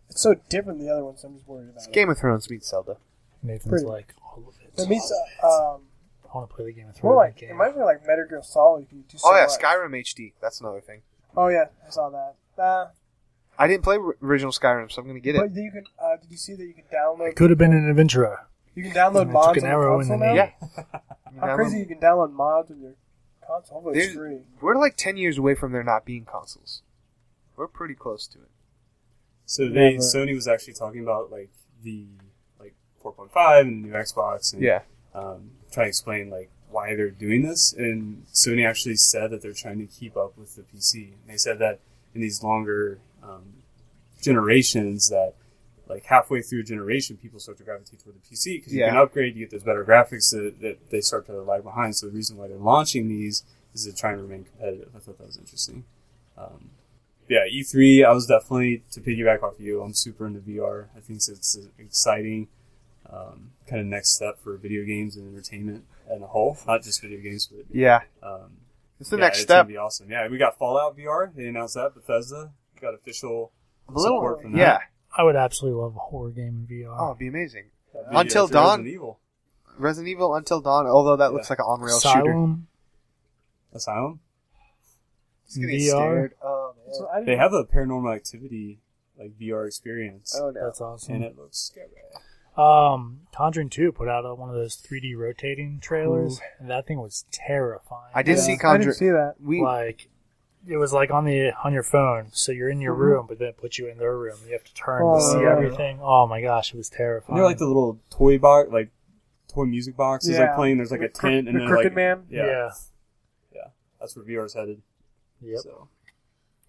S11: it's so different than the other ones. I'm just worried about
S6: It's Game of Thrones meets Zelda.
S10: Nathan's
S11: Pretty-
S10: like all of it.
S11: it. It means uh, um,
S10: I want to play the Game of
S11: more
S10: Thrones
S11: like it
S10: game.
S11: might be like Metal Gear Solid. You can do so
S6: oh, yeah,
S11: much.
S6: Skyrim HD. That's another thing.
S11: Oh yeah, I saw that. Uh,
S6: I didn't play r- original Skyrim, so I'm going to get it.
S11: but you can uh, did you see that you can download
S10: It could have been an adventurer.
S11: you can
S10: I
S11: download
S10: took
S11: mods
S10: an
S11: on
S10: arrow
S11: your
S10: in
S11: console
S10: the
S11: now?
S10: knee.
S6: Yeah.
S11: How crazy you can download mods on your console? Hopefully it's
S6: There's-
S11: free.
S6: We're like 10 years away from there not being consoles. We're pretty close to it.
S12: So they
S11: Yeah, but-
S12: Sony was actually talking about like the like 4.5 and the new Xbox and um, trying to explain like why they're doing this. And Sony actually said that they're trying to keep up with the PC. They said that in these longer um, generations, that like halfway through a generation, people start to gravitate toward the PC because you
S6: Yeah.
S12: can upgrade, you get those better graphics that, that they start to lag behind. So the reason why they're launching these is to try and remain competitive. I thought that was interesting. Um, yeah, E3, I was definitely, to piggyback off you, I'm super into VR. I think it's an exciting um, kind of next step for video games and entertainment in a whole, not just video games, but
S6: Yeah.
S12: um,
S6: It's the
S12: yeah,
S6: next
S12: it's
S6: step.
S12: Gonna be awesome. Yeah, we got Fallout VR. They announced that Bethesda got official
S6: I'm a little-
S12: support from that.
S6: yeah.
S10: I would absolutely love a horror game in VR.
S6: Oh, it'd be amazing.
S12: That'd be, uh,
S6: Until
S12: for
S6: Dawn.
S12: Resident Evil.
S6: Resident Evil Until Dawn, although that looks
S12: Yeah.
S6: like an on rail shooter.
S10: Asylum
S12: Asylum.
S6: It's gonna get
S10: VR.
S6: scared. Oh, man.
S11: So I didn't-
S12: They have a Paranormal Activity like VR experience,
S6: Oh, no.
S10: That's awesome.
S12: and it looks scary.
S10: Um, Conjuring Two put out uh, one of those 3D rotating trailers, and that thing was terrifying.
S6: I did
S11: Yeah,
S6: see
S11: I didn't
S6: Conjure.
S11: see that.
S6: We,
S10: like it was like on the on your phone, so you're in your room, but then it puts you in their room. You have to turn
S11: Mm-hmm. Oh,
S10: to see
S11: yeah.
S10: everything. Oh my gosh, it was
S12: You
S10: terrifying.
S12: know, like the little toy box, like toy music box is like
S11: Yeah.
S12: playing. There's like
S11: The
S12: a
S11: cro-
S12: tent, and
S11: the
S12: then
S11: Crooked
S12: like
S11: Man?
S12: Yeah,
S10: yeah.
S12: yeah. That's where VR's headed.
S10: Yep.
S12: So.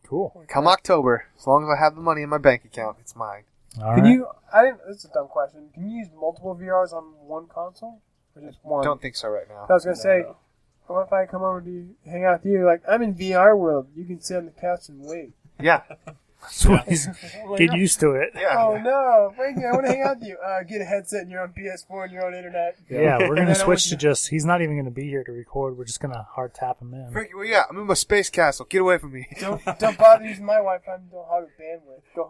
S10: Cool.
S6: come October, as long as I have the money in my bank account, it's mine.
S10: All
S11: Can
S10: right.
S11: you? I didn't. This is a dumb question. Can you use multiple VRs on one console or just one?
S6: Don't think so right now.
S11: I was gonna say,
S12: No.
S11: what if I come over to you, hang out with you? Like I'm in VR world. You can sit on the couch and wait.
S6: Yeah.
S10: So he's- get used to it.
S11: Oh
S6: Yeah.
S11: no, Frankie! I want to hang out with you. Uh, get a headset and you're on PS4 and you're on internet.
S10: Yeah, we're
S11: And I
S10: gonna
S11: don't
S10: switch
S11: want
S10: to just. He's not even gonna be here to record. We're just gonna hard tap him in.
S6: Frankie, where you at? I'm in my space castle. Get away from me.
S11: Don't don't bother using my Wi-Fi. and Don't hog a bandwidth. Go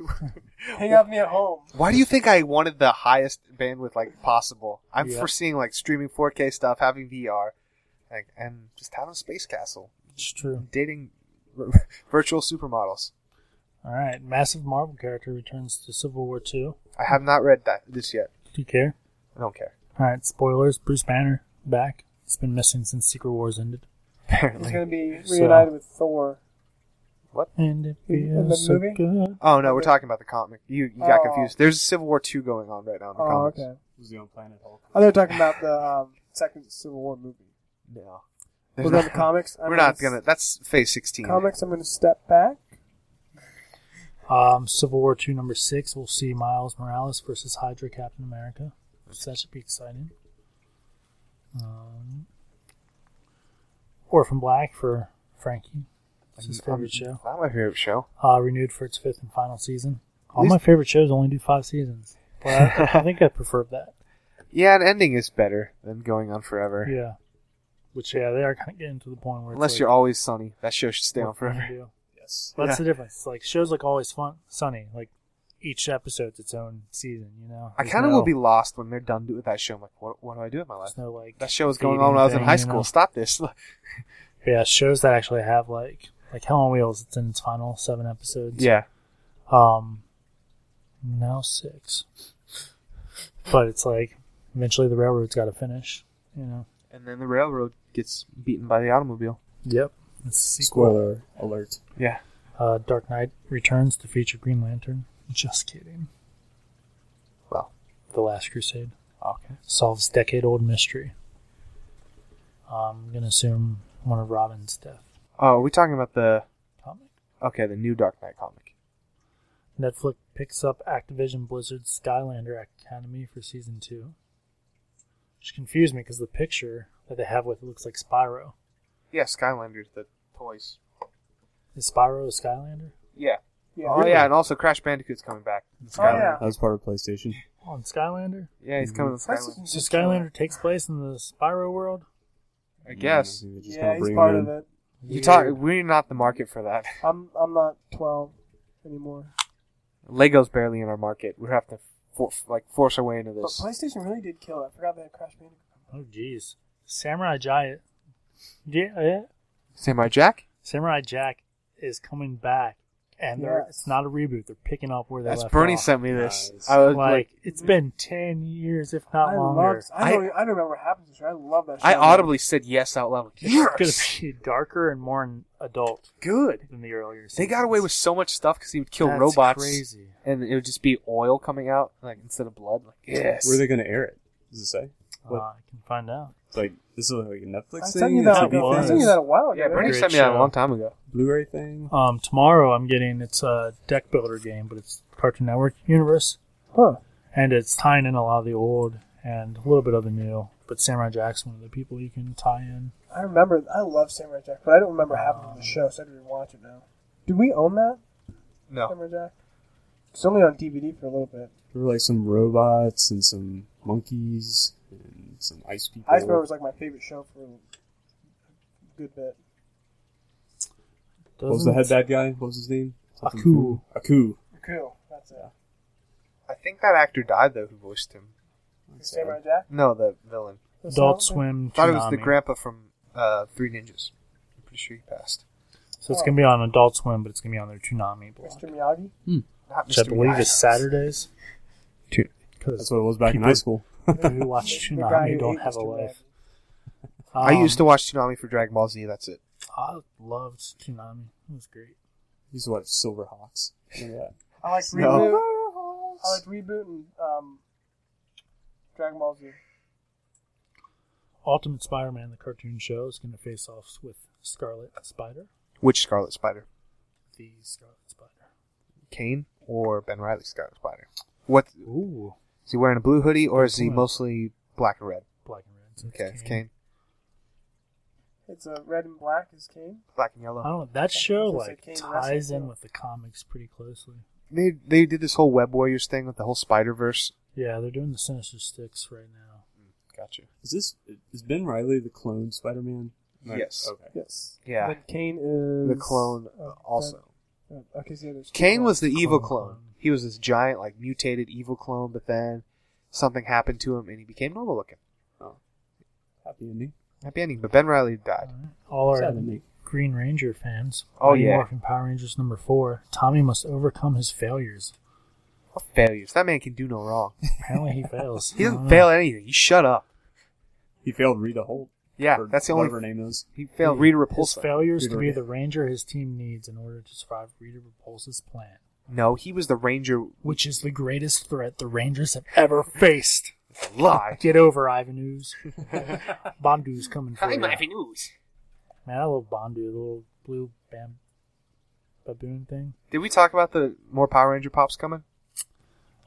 S11: home. hang out with me at home.
S6: Why do you think I wanted the highest bandwidth like possible? I'm
S10: Yeah.
S6: foreseeing like streaming 4K stuff, having VR, like, and just having a space castle,
S10: It's true.
S6: dating r- virtual supermodels.
S10: All right. Massive Marvel character returns to Civil War Two.
S6: I have not read that this yet.
S10: Do you care?
S6: I don't care.
S10: All right. Spoilers. Bruce Banner back. He's been missing since Secret Wars ended.
S11: He's
S6: Apparently.
S11: gonna be
S10: So-
S11: reunited with Thor.
S10: And it
S11: In- in the
S10: feels so
S11: movie?
S10: good.
S6: Oh no, we're talking about the comic. You you got
S11: Oh.
S6: confused. There's Civil War two going on right now in the
S11: Oh,
S6: comics.
S11: okay.
S12: Who's the on Planet Hulk?
S11: Oh, they're talking about the um, second Civil War movie. We're
S6: No, There's
S11: going to
S6: not-
S11: comics. I'm
S6: We're not
S11: gonna
S6: gonna. That's Phase sixteen.
S11: comics. I'm going to step back.
S10: Um, Civil War Two number six. We'll see Miles Morales versus Hydra Captain America. So that should be exciting. Um, Orphan Black for Frankie. Like his favorite show.
S6: Not my favorite show.
S10: Uh, renewed for its fifth and final season. All
S6: These-
S10: my favorite shows only do five seasons. But I, I think I prefer that.
S6: Yeah, an ending is better than going on forever.
S10: Yeah. Which, yeah, they are kind of getting to the point where.
S6: Unless
S10: it's like,
S6: you're always sunny, that show should stay on
S10: what can you
S6: forever.
S10: do?
S12: Yes.
S10: That's the difference. It's like shows like always fun, sunny. Like each episode's its own season. You know.
S6: I
S10: There's
S6: kind of
S10: no-
S6: will be lost when they're done with that show. I'm like, what? What do I do with my life?
S10: There's no like
S6: That show was
S10: fading
S6: going on when I was in
S10: thing,
S6: high
S10: you
S6: school.
S10: know?
S6: Stop this.
S10: Yeah, shows that actually have like like Hell on Wheels. It's in its final seven episodes.
S6: yeah,
S10: Um, now six. But it's like eventually the railroad's got to finish. You know.
S6: and then the railroad gets beaten by the automobile.
S10: Yep. It's a sequel.
S12: Spoiler alert.
S6: Yeah,
S10: Uh, Dark Knight returns to feature Green Lantern. Just kidding.
S6: Well.
S10: The Last Crusade
S6: okay.
S10: solves decade-old mystery. I'm gonna assume one of Robin's death
S6: Oh, are we talking about the
S10: comic.
S6: okay the new Dark Knight comic?
S10: Netflix picks up Activision Blizzard's Skylander Academy for season two. Which confused me because the picture that they have with it looks like Spyro.
S6: Yeah, Skylanders, the toys.
S10: Is Spyro a Skylander?
S6: Yeah.
S11: Yeah.
S6: Oh yeah, and also Crash Bandicoot's coming back.
S11: Oh, yeah.
S12: That was part of PlayStation.
S10: On Skylander?
S6: Yeah, he's coming to
S11: That's-
S6: Skylanders.
S10: So Skylander takes place in the Spyro world?
S6: I guess.
S12: Maybe just
S11: Yeah,
S12: kinda
S11: he's
S12: bring
S11: part
S12: it
S11: of
S12: in.
S11: it.
S6: You talk. We're not the market for that.
S11: I'm I'm not 12 anymore.
S6: Lego's barely in our market. We have to for, like force our way into
S11: But
S6: this.
S11: PlayStation really did kill it. I forgot they had Crash Bandicoot.
S10: Oh, jeez. Samurai Giant. Yeah, yeah.
S6: Samurai Jack.
S10: Samurai Jack is coming back, and they're,
S11: Yes.
S10: it's not a reboot. They're picking up where they
S6: That's
S10: left
S6: Bernie
S10: off.
S6: sent me this.
S12: Nice.
S6: I was
S10: Like,
S6: like,
S10: it's been 10 years, if not
S11: I
S10: longer.
S11: loved. I don't. e, I, don't remember what happened to it. I love that. Show.
S6: I audibly said yes out loud.
S10: It's
S6: Yes,
S10: going to be darker and more an adult
S6: good.
S10: than the earlier seasons.
S6: They got away with so much stuff because he would kill
S10: That's
S6: robots,
S10: crazy.
S6: and it would just be oil coming out, like instead of blood. Like, yes,
S12: Where are they going to air it? Does it say?
S10: Uh,
S12: What?
S10: I can find out.
S12: It's like this is like a
S11: I
S12: Netflix
S11: sent
S12: thing.
S11: you
S12: It's
S11: that.
S12: a
S10: That
S11: I
S10: was-
S11: sent you that a while ago.
S6: yeah,
S11: didn't I?
S6: Bernie
S10: Great
S6: sent me that a
S10: show.
S6: long time ago.
S12: Blu-ray thing.
S10: Um, tomorrow I'm getting it's a deck builder game, but it's Cartoon Network universe,
S11: Huh.
S10: and it's tying in a lot of the old and a little bit of the new. But Samurai Jack's one of the people you can tie in.
S11: I remember. I love Samurai Jack, but I don't remember what happened to the show, so I had to rewatch it now. Do we own that
S6: No,
S11: Samurai Jack? It's only on DVD for a little bit.
S12: There were like some robots and some monkeys and some ice people.
S11: Ice Bear was like my favorite show for a good bit.
S12: what was the head
S10: Doesn't-
S12: bad guy? What was his name? Something
S10: Aku.
S12: Aku. Aku.
S11: Cool. That's it.
S6: I think that actor died though. Who voiced him?
S11: Samurai Jack.
S6: No, the villain.
S11: That's
S10: Adult
S11: the-
S10: Swim.
S6: thought it was the
S10: Toonami.
S6: grandpa from uh, Three Ninjas. I'm pretty sure he passed. Oh.
S10: So it's gonna be on Adult Swim, but it's gonna be on their Toonami block,
S11: Mr. Miyagi.
S6: Not
S10: which I
S6: Mr.
S10: believe
S6: Miyagi.
S10: is Saturdays.
S6: Toon-
S12: That's
S10: Because
S12: what it was back in high school.
S10: people who watch
S11: The guy who
S10: Toonami don't
S11: ate
S10: have a
S11: Mr.
S10: life.
S6: I used to
S10: Um,
S6: watch Tsunami for Dragon Ball Z. That's it.
S10: I loved Toonami. It was great.
S12: He used to watch Silverhawks. Remember that?
S11: Miyagi. I like
S6: No.
S11: reboot. I like reboot and um, Dragon Ball Z.
S10: Ultimate Spider-Man, the cartoon show, is gonna face off with Scarlet Spider.
S6: Which Scarlet Spider?
S10: The Scarlet Spider.
S6: Kane or Ben Riley Scarlet Spider? What
S10: Ooh.
S6: is he wearing? A blue hoodie or is he
S10: Excellent.
S6: mostly black and red?
S10: Black and red. so it's
S6: Okay, it's Kane.
S11: It's a red and black is Kane.
S6: Black and
S10: I
S6: yellow.
S10: don't know. That show
S11: It's
S10: like
S11: like Kane
S10: ties
S11: wrestling,
S10: in
S11: too.
S10: with the comics pretty closely.
S6: They they did this whole Web Warriors thing with the whole Spider Verse.
S10: Yeah, they're doing the Sinister Sticks right now.
S6: Mm, Gotcha.
S12: Is this is Ben Riley the clone Spider Man?
S6: Yes.
S12: Okay.
S11: Yes.
S6: Yeah.
S11: Then Kane is
S6: The clone
S11: uh,
S6: also.
S11: uh, okay, so yeah, there's two
S6: Kane was
S11: clones.
S6: the evil
S10: Clone.
S6: clone. He was this giant, like mutated evil clone, but then something happened to him and he became normal looking.
S12: Happy ending.
S6: Happy ending. But Ben Riley
S10: All,
S6: died.
S10: right. All our
S12: Sad ending.
S10: Green Ranger fans.
S6: Oh,
S10: Mighty
S6: yeah.
S10: Morphin Power Rangers number four. Tommy must overcome his failures.
S6: What failures? That man can do no wrong.
S10: Apparently he fails.
S6: He
S10: I
S6: doesn't
S10: don't
S6: fail
S10: know.
S6: at anything. You shut up.
S12: He failed Rita Holt.
S6: Yeah,
S12: or
S6: that's the only.
S12: whatever her name is.
S6: He failed Rita
S10: His
S6: Repulsa.
S10: failures to be
S12: Rita-
S10: the ranger his team needs in order to survive Rita Repulsa's plan,
S6: No, he was the ranger.
S10: which is the greatest threat the Rangers have ever faced.
S6: Lie.
S10: Get over Ivanus. Bondu's coming for you. Man, I love Bondu, the little blue bam baboon thing.
S6: Did we talk about the more Power Ranger pops coming?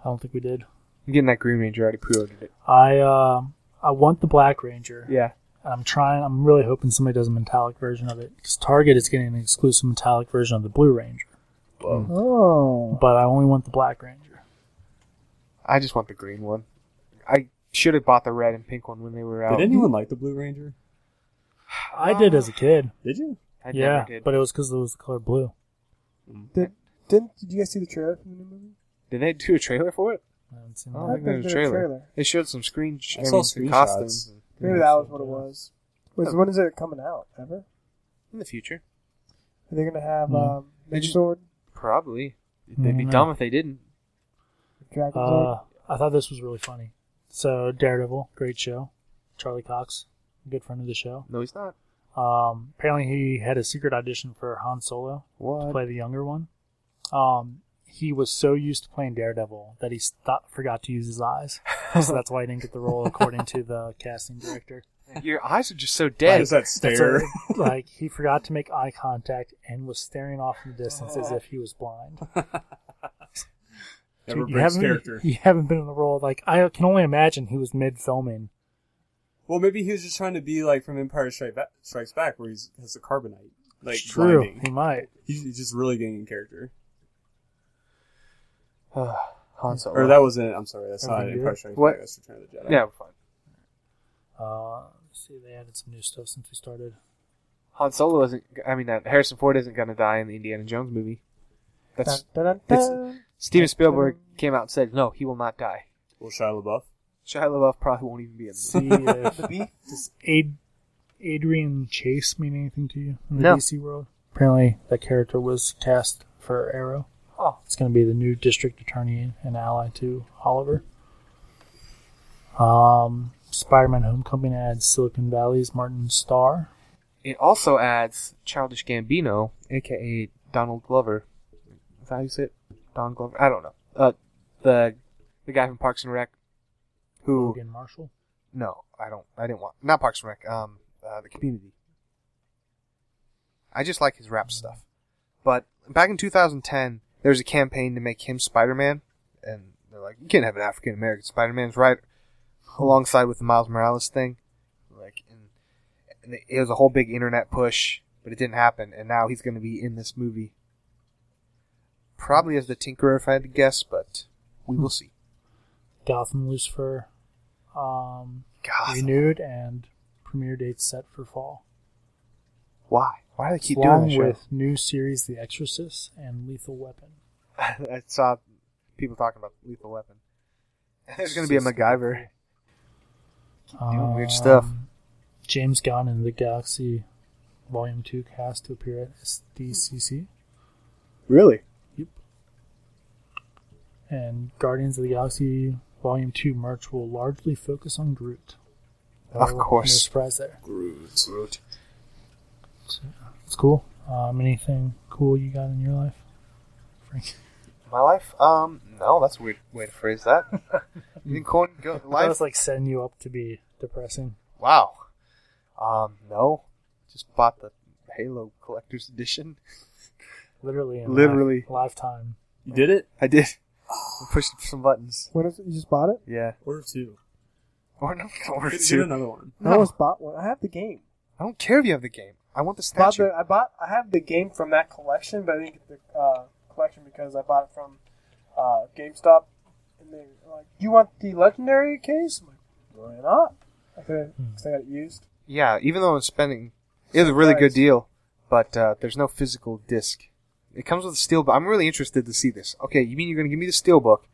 S10: I don't think we did.
S6: I'm getting that Green Ranger. I already pre-ordered it.
S10: I um I want the Black Ranger.
S6: Yeah.
S10: And I'm trying. I'm really hoping somebody does a metallic version of it because Target is getting an exclusive metallic version of the Blue Ranger,
S11: Oh.
S10: but I only want the Black Ranger.
S6: I just want the green one. I should have bought the red and pink one when they were out.
S12: Did anyone like the Blue Ranger?
S10: I did as a kid.
S12: Did you?
S6: I
S10: yeah,
S6: never did.
S10: but it was because it was the color blue.
S11: Did, didn't, did you guys see the trailer for the new movie?
S6: did they do a trailer for it?
S10: I haven't seen
S6: Oh, I
S10: that.
S6: don't
S11: I
S6: think there
S11: think
S6: was a
S11: they did a
S6: trailer.
S11: trailer.
S6: They showed some screen.
S12: I
S6: I
S12: saw
S6: mean, some
S12: screenshots.
S6: costumes
S11: Maybe that was what it was. Wait, so when is it coming out? Ever?
S6: in the future.
S11: Are they gonna have
S10: Hmm.
S11: um, Ninja Sword,
S6: Probably. They'd be
S10: Mm, no.
S6: dumb if they didn't.
S11: Dragon Sword?
S10: Uh, I thought this was really funny. So Daredevil, great show. Charlie Cox, good friend of the show.
S6: No, he's not.
S10: Um, apparently, he had a secret audition for Han Solo to
S6: What?
S10: play the younger one. Um, he was so used to playing Daredevil that he stopped, forgot to use his eyes, so that's why he didn't get the role, according to the casting director.
S6: Your eyes are just so
S12: Why
S6: dead.
S12: does that
S10: That's
S12: stare?
S10: a- like he forgot to make eye contact and was staring off in the distance
S6: Oh.
S10: as if he was blind.
S12: Never
S10: Dude,
S12: breaks
S10: haven't-
S12: character.
S10: you haven't been in the role. Like I can only imagine he was mid filming.
S12: Well, maybe he was just trying to be like from Empire Strike Ba- Strikes Back, where he has the carbonite, like
S10: True,
S12: blinding.
S10: he might.
S12: He's he's just really getting in character.
S6: Han Solo.
S12: Or that wasn't. I'm sorry, that's
S10: That'd
S12: not
S10: be
S12: Empire
S10: good.
S12: Strikes
S6: What?
S12: Back. That's Return of the Jedi.
S6: yeah, we're fine.
S10: Uh, let's see, they added some new stuff since we started.
S6: Han Solo isn't. I mean, uh, Harrison Ford isn't going to die in the Indiana Jones movie. That's
S11: Dun, dun, dun,
S6: it's-
S11: dun.
S6: Steven Spielberg came out and said, "No, he will not die."
S12: Well, Shia LaBeouf.
S6: Shia LaBeouf probably won't even be in the movie.
S10: See if
S11: The beef?
S10: does Ad- Adrian Chase mean anything to you in the
S6: No.
S10: DC world? Apparently, that character was cast for Arrow.
S6: Oh.
S10: It's going to be the new district attorney and ally to Oliver. Um, Spider-Man: Homecoming adds Silicon Valley's Martin Starr.
S6: It also adds Childish Gambino, aka Donald Glover. Is that how you say it? Don Glover. I don't know. Uh, the the guy from Parks and Rec, who
S10: Logan Marshall.
S6: no, I don't. I didn't want not Parks and Rec. Um, uh, the Community. I just like his rap stuff. But back in 2010, there was a campaign to make him Spider-Man, and they're like, you can't have an African American Spider-Man's right alongside with the Miles Morales thing. Like, and, and it was a whole big internet push, but it didn't happen. And now he's going to be in this movie, probably as the Tinkerer, if I had to guess. But we will see.
S10: Gotham Lucifer. Um,
S6: God,
S10: renewed and premiere date set for fall.
S6: why? Why do they keep doing
S10: along
S6: this? show?
S10: with new series The Exorcist and Lethal Weapon.
S6: I saw people talking about Lethal Weapon. There's going to be a MacGyver. doing weird stuff.
S10: Um, James Gunn and the Galaxy Volume 2 cast to appear at SDCC.
S6: Really?
S10: And Guardians of the Galaxy Volume 2 merch will largely focus on Groot.
S6: Of course.
S10: No surprise there.
S12: Groot.
S10: It's cool. Um, anything cool you got in your life? Frank?
S6: My life? Um, no, that's a weird way to phrase that. you think Conan go
S10: I
S6: life?
S10: was like setting you up to be depressing.
S6: wow. Um, no. Just bought the Halo Collector's Edition.
S10: Literally. In
S6: Literally.
S10: life- lifetime.
S12: You did it.
S6: I did. I pushed some buttons.
S11: When is it? You just bought it?
S6: Yeah.
S12: Order two.
S6: Or no, or
S12: Could
S6: two.
S12: get another one.
S11: I
S6: No,
S11: almost bought one. I have the game.
S6: I don't care if you have the game. I want the
S11: Bought
S6: statue.
S11: the, I bought. I have the game from that collection, but I didn't get the uh, collection because I bought it from uh, GameStop. And they were like, "You want the legendary case?" I'm like, "Why not?" I could
S6: Hmm.
S11: because I got it used.
S6: Yeah, even though I'm spending, it was a really good
S11: Nice.
S6: deal, but uh, there's no physical disc. It comes with a steel. But I'm really interested to see this. Okay, you mean you're going to give me the steel book,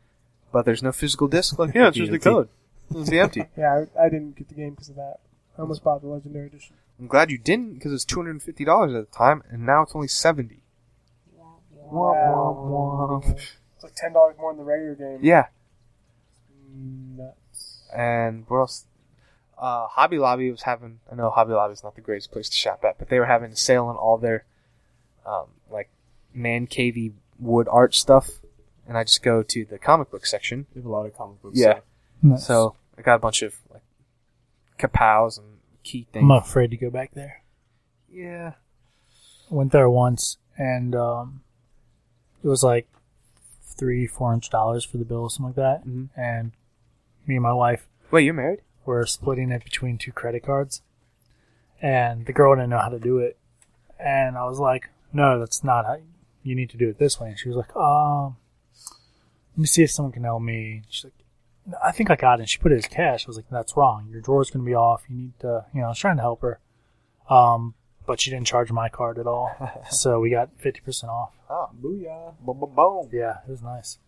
S6: but there's no physical disc? Like, yeah, it's just the
S12: Empty.
S6: code. It'll be empty.
S11: Yeah, I, I didn't get the game because of that. I almost bought the legendary edition.
S6: I'm glad you didn't because it's two hundred and fifty dollars at the time, and now it's only seventy.
S11: Wow. It's like ten dollars more than the regular game.
S6: Yeah,
S11: Nuts.
S6: and what else? Uh, Hobby Lobby was having. I know Hobby Lobby is not the greatest place to shop at, but they were having a sale on all their, um, like, man cavey wood art stuff, and I just go to the comic book section.
S12: We have a lot of comic books.
S6: Yeah.
S12: so-
S6: So I got a bunch of like kapows and key things.
S10: I'm afraid to go back there.
S6: Yeah.
S10: went there once and um, it was like three four hundred dollars for the bill something like that
S6: Mhm.
S10: and me and my wife
S6: Wait, you're married?
S10: were splitting it between two credit cards and the girl didn't know how to do it. And I was like, no, that's not how you need to do it this way. And she was like, um, let me see if someone can help me. She's like, "No, I think I got it. And she put it as cash. I was like, that's wrong. Your drawer's going to be off. You need to, you know, I was trying to help her. Um, but she didn't charge my card at all. so we got 50% off.
S6: Oh,
S12: Booyah.
S6: boom, boom, boom.
S10: Yeah, it was nice.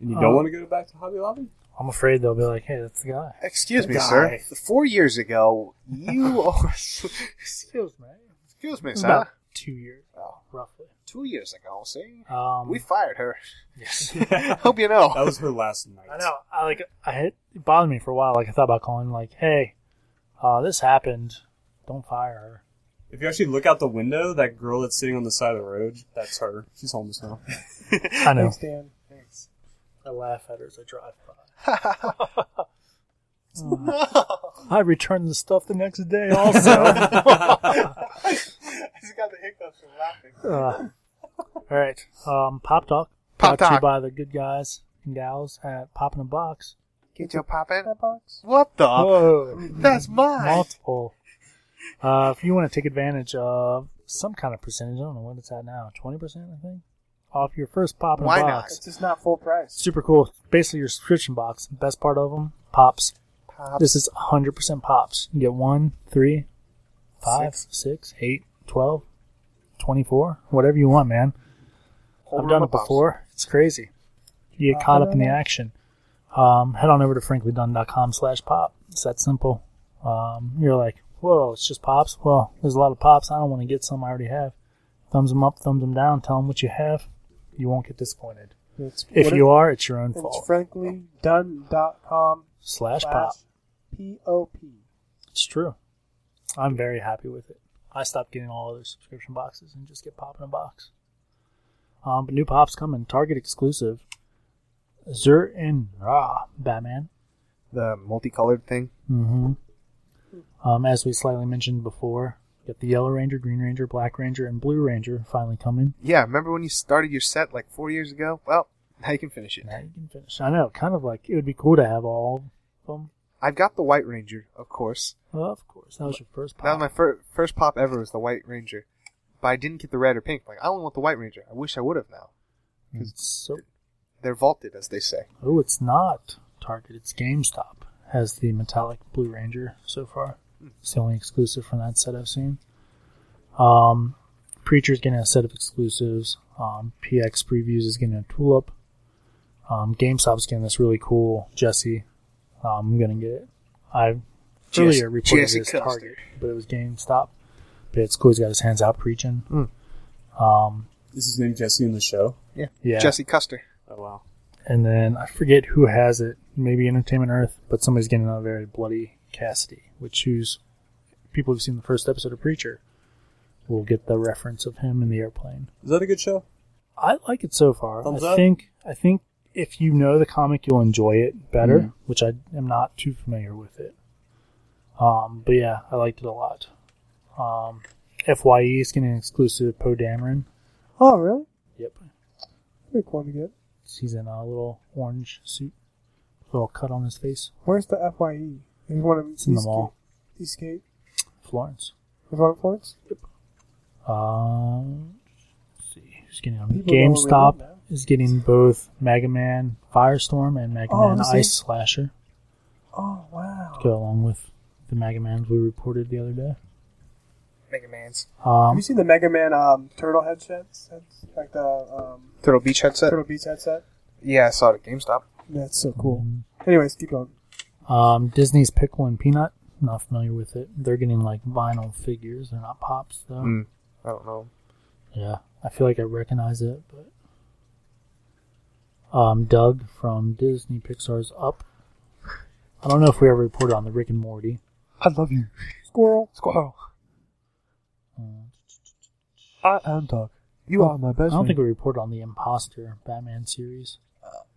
S12: And you
S10: Uh,
S12: don't want to go back to Hobby Lobby?
S10: I'm afraid they'll be like, hey, that's the guy.
S6: Excuse me,
S12: Die.
S6: sir. Four years ago, you. Excuse
S10: Excuse me.
S6: me,
S10: It's
S6: sir.
S10: about two years,
S6: Oh,
S10: roughly.
S6: two years ago, see?
S10: Um,
S6: We fired her.
S10: yes.
S12: that
S6: Hope you know.
S12: was her last night.
S10: I know. I like. I had, it bothered me for a while. Like I thought about calling, like, "Hey, uh, this happened. Don't fire her."
S12: If you actually look out the window, that girl that's sitting on the side of the road, that's her. She's homeless now.
S10: I know.
S11: Thanks, Dan. Thanks.
S10: I laugh at her as I drive by. Mm. I returned the stuff the next day. Also.
S11: He's got the hiccups from laughing.
S10: Uh, all right. Um, pop talk.
S6: Pop
S10: brought to you
S6: Talk.
S10: by the good guys and gals at Pop in a Box.
S6: Get your pop in.
S11: That box.
S6: What the?
S10: Whoa.
S6: That's mine.
S10: multiple. Uh, if you want to take advantage of some kind of percentage, I don't know what it's at now, twenty percent, I think, off your first pop in a
S6: Why not?
S10: box.
S11: It's just not full price.
S10: Super cool. Basically, your subscription box. Best part of them, pops.
S6: Pop.
S10: This is hundred percent pops. You get one, three, five, six, eight, twelve, twenty-four, whatever you want, man.
S6: Hold
S10: I've
S6: on
S10: done
S6: to
S10: it
S6: pops.
S10: before. It's crazy. You get caught up in the action. Um, head on over to franklydone.com slash pop. It's that simple. Um, you're like, whoa, it's just pops. Well, there's a lot of pops. I don't want to get some I already have. Thumbs them up, thumbs them down. Tell them what you have. You won't get disappointed.
S11: It's,
S10: If
S11: what
S10: you are, it's your own
S11: it- it's
S10: fault.
S11: franklydone.com
S10: slash
S11: slash
S10: pop.
S11: P O P.
S10: It's true. I'm very happy with it. I stopped getting all other subscription boxes and just get pop in a box. Um, but new pops coming. Target exclusive. Zur and Ra Batman.
S6: The multicolored thing.
S10: Mm-hmm. Um, as we slightly mentioned before, got the Yellow Ranger, Green Ranger, Black Ranger, and Blue Ranger finally coming.
S6: Yeah, remember when you started your set like four years ago? Well, now you can finish it.
S10: Now you can finish. I know, kind of like it would be cool to have all of them.
S6: I've got the White Ranger, of course.
S10: of course, that was your first pop.
S6: That was my fir- first pop ever was the White Ranger, but I didn't get the red or pink. Like I only want the White Ranger. I wish I would have now.
S10: It's Mm. so
S6: They're vaulted, as they say.
S10: Oh, it's not Target. It's GameStop has the metallic Blue Ranger so far. It's the only exclusive from that set I've seen. Um, Preacher's getting a set of exclusives. Um, PX Previews is getting a tulip. Um, GameStop's getting this really cool Jesse. Um, I'm gonna get it. I
S6: Jess-
S10: earlier reported
S6: Jesse
S10: this
S6: Custer.
S10: Target, but it was GameStop. But it's cool. He's got his hands out preaching.
S6: Hmm.
S10: Um,
S12: This is named Jesse in the show.
S6: Yeah.
S10: Yeah.
S6: Jesse Custer.
S12: Oh, wow.
S10: and then I forget who has it. Maybe Entertainment Earth, but somebody's getting a very bloody Cassidy, which who's people who've seen the first episode of Preacher will get the reference of him in the airplane.
S12: Is that a good show?
S10: I like it so far.
S12: Thumbs
S10: I
S12: up.
S10: think I think if you know the comic, you'll enjoy it better,
S12: Mm-hmm.
S10: which I am not too familiar with it. Um, but yeah, I liked it a lot. Um, Fye is getting an exclusive Poe Dameron.
S11: Oh, really?
S10: Yep,
S11: Pretty cool to get.
S10: he's in a little orange suit, little cut on his face.
S11: Where's the E? FYE? There's one of
S10: It's in the mall,
S11: Eastgate.
S10: Florence.
S11: There's one at Florence.
S10: Um, let's see who's getting them.
S11: People don't
S10: GameStop
S11: really know.
S10: is getting both Mega Man Firestorm and Mega
S11: Oh,
S10: Man
S11: I see.
S10: Ice Slasher.
S11: Oh, wow.
S10: Go along with the Mega Mans we reported the other day.
S6: Mega Man's
S11: Have
S10: Um,
S11: you seen the Mega Man um, turtle headsets? That's Like the um,
S6: Turtle Beach headset.
S11: Turtle Beach headset?
S6: Yeah, I saw it at GameStop.
S11: That's so cool.
S10: Mm-hmm.
S11: Anyways, keep going.
S10: um, Disney's Pickle and Peanut. Not familiar with it. They're getting like vinyl figures. They're not pops though.
S6: Hmm. I don't know.
S10: Yeah, I feel like I recognize it, but um, Doug from Disney Pixar's Up. I don't know if we ever reported on the Rick and Morty.
S13: I love you.
S11: Squirrel.
S13: Squirrel.
S10: Uh,
S13: I am Doug. You are my
S10: I
S13: best
S10: don't
S13: friend.
S10: think we reported on the Imposter Batman series.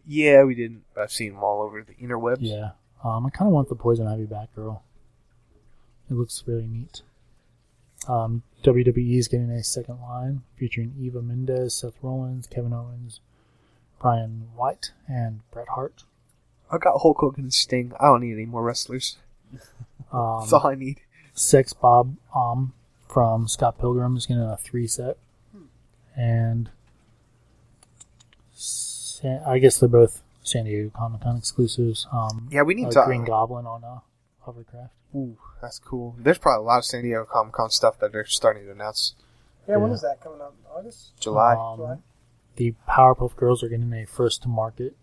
S6: Yeah, we didn't. But I've seen them all over the interwebs.
S10: Yeah. Um, I kind of want the Poison Ivy Batgirl. It looks really neat. Um, WWE is getting a second line featuring Eva Mendez, Seth Rollins, Kevin Owens, Brian White, and Bret Hart.
S6: I got Hulk Hogan and Sting. I don't need any more wrestlers.
S10: Um,
S6: That's all I need.
S10: Sex Bob Om from Scott Pilgrim is getting a three set, and San, I guess they're both San Diego Comic Con exclusives. Um,
S6: Yeah, we need
S10: uh,
S6: to-
S10: Green Goblin on uh, hovercraft.
S6: Ooh, that's cool. There's probably a lot of San Diego Comic Con stuff that they're starting to announce.
S11: Yeah, when
S10: Yeah.
S11: is that coming out? In August?
S6: July.
S11: July.
S10: Um, the Powerpuff Girls are getting a first to market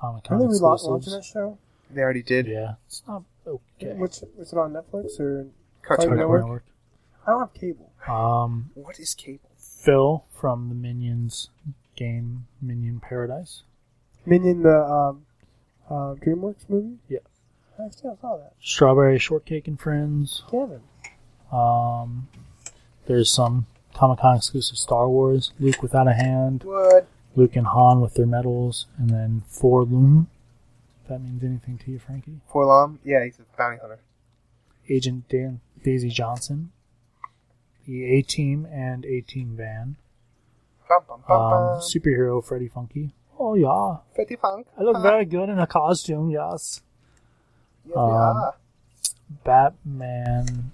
S10: Comic
S11: I
S10: Con
S11: think we lost launching
S10: exclusive.
S11: that show.
S6: they already did.
S10: Yeah, it's not okay.
S11: Which was it on Netflix or?
S6: Cartoon
S11: Cartoon
S6: Network.
S11: Network? I don't have cable.
S10: Um,
S6: What is cable?
S10: Phil from the Minions game, Minion Paradise.
S11: Minion the um, uh, DreamWorks movie.
S10: Yeah.
S11: I still saw that.
S10: Strawberry Shortcake and Friends.
S11: Kevin.
S10: Um, there's some Comic Con exclusive Star Wars. Luke without a hand.
S11: Wood.
S10: Luke and Han with their medals, and then Four Loom. If that means anything to you, Frankie.
S6: Forlom? Yeah, he's a bounty hunter.
S10: Agent Dan- Daisy Johnson. The A Team and A Team Van.
S6: Bum, bum, bum,
S10: Um,
S6: bum.
S10: superhero Freddy Funky. Oh yeah,
S6: Pretty funk.
S10: I look
S6: Ah,
S10: very good in a costume. Yes.
S6: yes, we
S10: um,
S6: are.
S10: Batman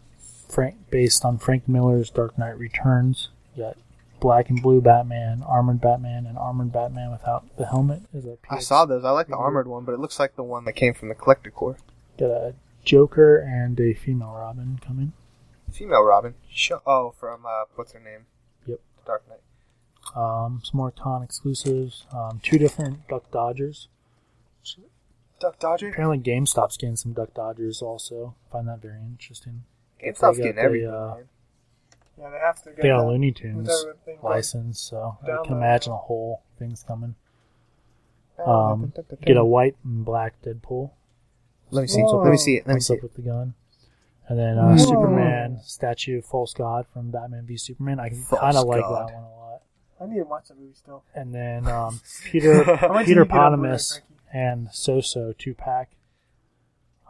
S10: Frank based on Frank Miller's Dark Knight Returns. You got Black and Blue Batman, Armored Batman, and Armored Batman without the helmet. Is a
S6: I
S10: PX.
S6: saw those. I like the armored one, but it looks like the one that came from the Collector Core.
S10: Got a Joker and a female Robin coming.
S6: Female Robin. Sure. Oh, from uh, what's her name?
S10: Yep.
S6: Dark Knight.
S10: Um, some more con exclusives. Um, two different Duck Dodgers.
S6: Duck Dodger.
S10: Apparently, GameStop's getting some Duck Dodgers also. Find that very interesting.
S6: GameStop's
S10: They got
S6: getting
S10: the,
S6: everything.
S10: uh,
S6: man.
S11: Yeah, they have to get
S10: They got a
S11: that.
S10: Looney
S11: with
S10: Tunes
S11: everything going.
S10: license, so I
S11: Download.
S10: can imagine a whole thing's coming. Um, get a white and black Deadpool.
S6: Let me see.
S11: Whoa.
S6: Let me see it. Let me
S10: comes
S6: see
S10: up
S6: it.
S10: with the gun. And then uh,
S11: Whoa.
S10: Superman statue, false god from Batman v Superman. I
S6: False
S10: kind of like
S6: god.
S10: that one a lot.
S11: I need to watch that movie still.
S10: And then um, Peter
S11: How much did
S10: Peter
S11: you get on Blu-ray,
S10: Potamus
S11: Frankie?
S10: and Soso two pack.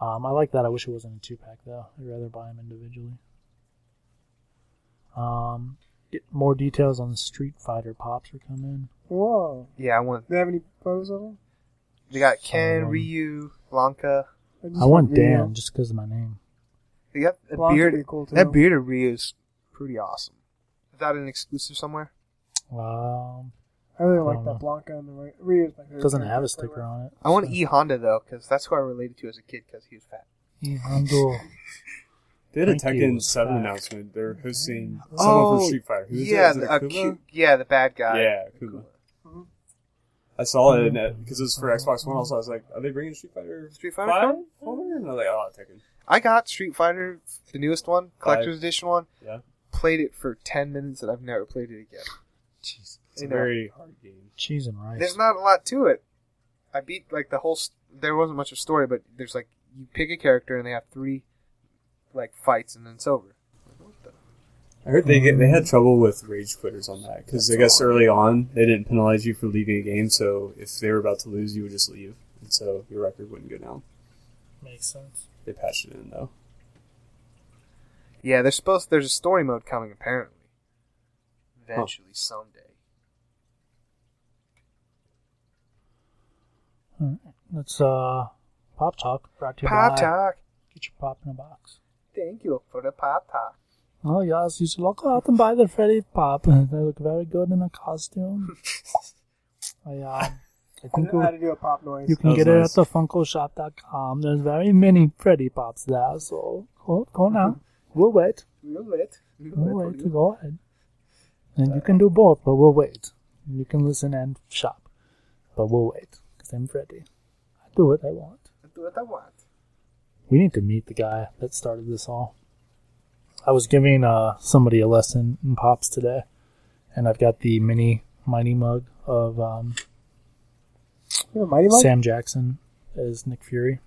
S10: Um, I like that. I wish it wasn't a two pack though. I'd rather buy them individually. Um, get more details on the Street Fighter pops are coming.
S11: Whoa.
S6: Yeah, I want.
S11: Do they have any photos of them?
S6: They got Ken,
S10: Um,
S6: Ryu, Lanka.
S11: just
S10: I want
S11: Ryu.
S10: Dan just because of my name.
S6: They got a
S11: Blanca would
S6: beard.
S11: be cool, too.
S6: that beard of Ryu's pretty awesome. Is that an exclusive somewhere?
S10: Um,
S11: I really
S10: I
S11: like
S10: don't
S11: that
S10: know.
S11: Blanca and the right. Rio's my favorite.
S10: doesn't
S11: character
S10: have a
S11: to
S10: sticker
S11: play
S10: on it.
S6: I want
S10: so-
S6: E Honda though, because that's who I related to as a kid, because he was fat.
S10: Yeah, I'm cool.
S12: They had a
S10: Thank you.
S12: Tekken 7
S10: Fuck.
S12: announcement. They're hosting someone from Street Fighter. Who is
S6: Oh, yeah,
S12: it? Is it
S6: the, a
S12: Kuba?
S6: cute, yeah, the bad guy. Uh-huh.
S12: Yeah, Kuba. I saw
S10: Mm-hmm.
S12: it and because it was for Xbox One. Also, I was like, "Are they bringing Street Fighter
S6: Street Fighter
S12: Five
S6: coming?
S12: forward?" And I was like, "Oh, Tekken."
S6: I got Street Fighter, the newest one, collector's edition one.
S12: Yeah,
S6: Played it for ten minutes, and I've never played it again.
S10: Jeez.
S12: it's
S6: You
S12: a
S6: know.
S12: very hard game.
S10: Cheese and rice.
S6: There's not a lot to it. I beat like the whole. St- there wasn't much of a story, but there's like you pick a character and they have three, like fights, and then it's over.
S12: I heard they get, they had trouble with rage quitters on that because I guess early on they didn't penalize you for leaving a game. So if they were about to lose, you would just leave, and so your record wouldn't go down.
S10: Makes sense.
S12: They patched it in though.
S6: Yeah, there's supposed there's a story mode coming apparently. Eventually, someday.
S10: That's uh, Pop Talk brought to you
S6: Pop
S10: by
S6: talk.
S10: Get Your Pop in a Box.
S6: Thank you for the pop talk.
S10: Oh, yes, you should look out and buy the Freddy Pop. They look very good in a costume. I, uh, I
S11: I
S10: think
S11: don't know how
S10: you,
S11: to do a pop noise.
S10: you can
S12: That
S10: get
S12: was
S10: it at
S12: nice.
S10: the FunkoShop.com. There's very many Freddy Pops there, so go, go now. We'll wait.
S6: We'll wait.
S10: We'll Mm-hmm. wait. Go ahead. And you can do both, but we'll wait. You can listen and shop, but we'll wait. Because I'm Freddy. I do what I want.
S6: Do what I want.
S10: We need to meet the guy that started this all. I was giving uh, somebody a lesson in pops today, and I've got the mini mighty mug of um,
S11: You have a Mighty Mug?
S10: Sam Jackson as Nick Fury,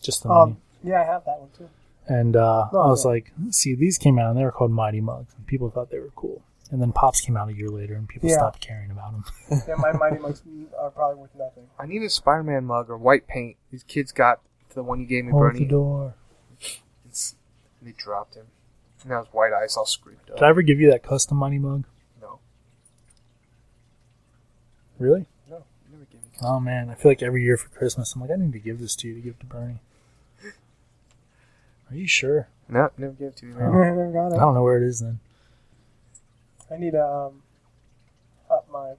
S10: just the mini.
S11: Um, yeah, I have that one too.
S10: And uh,
S11: No,
S10: I was
S11: no.
S10: like, see, these came out and they were called mighty mugs, and people thought they were cool. And then pops came out a year later, and people
S11: Yeah.
S10: stopped caring about them.
S11: Yeah, my Mighty Mugs are probably worth nothing.
S6: I need a Spider-Man mug or white paint. These kids got the one you gave me,
S10: Hold the
S6: Bernie.
S10: door.
S6: It's- and they dropped him. And now his white eyes all screwed up.
S10: Did I ever give you that custom mighty mug?
S6: No,
S10: Really?
S6: no, you never gave me.
S10: Oh man, I feel like every year for Christmas, I'm like, I need to give this to you to give to Bernie. Are you sure?
S6: No, never gave it to me.
S11: I
S6: man.
S11: never
S10: I
S11: got it.
S10: don't know where it is then.
S11: I need to um, up my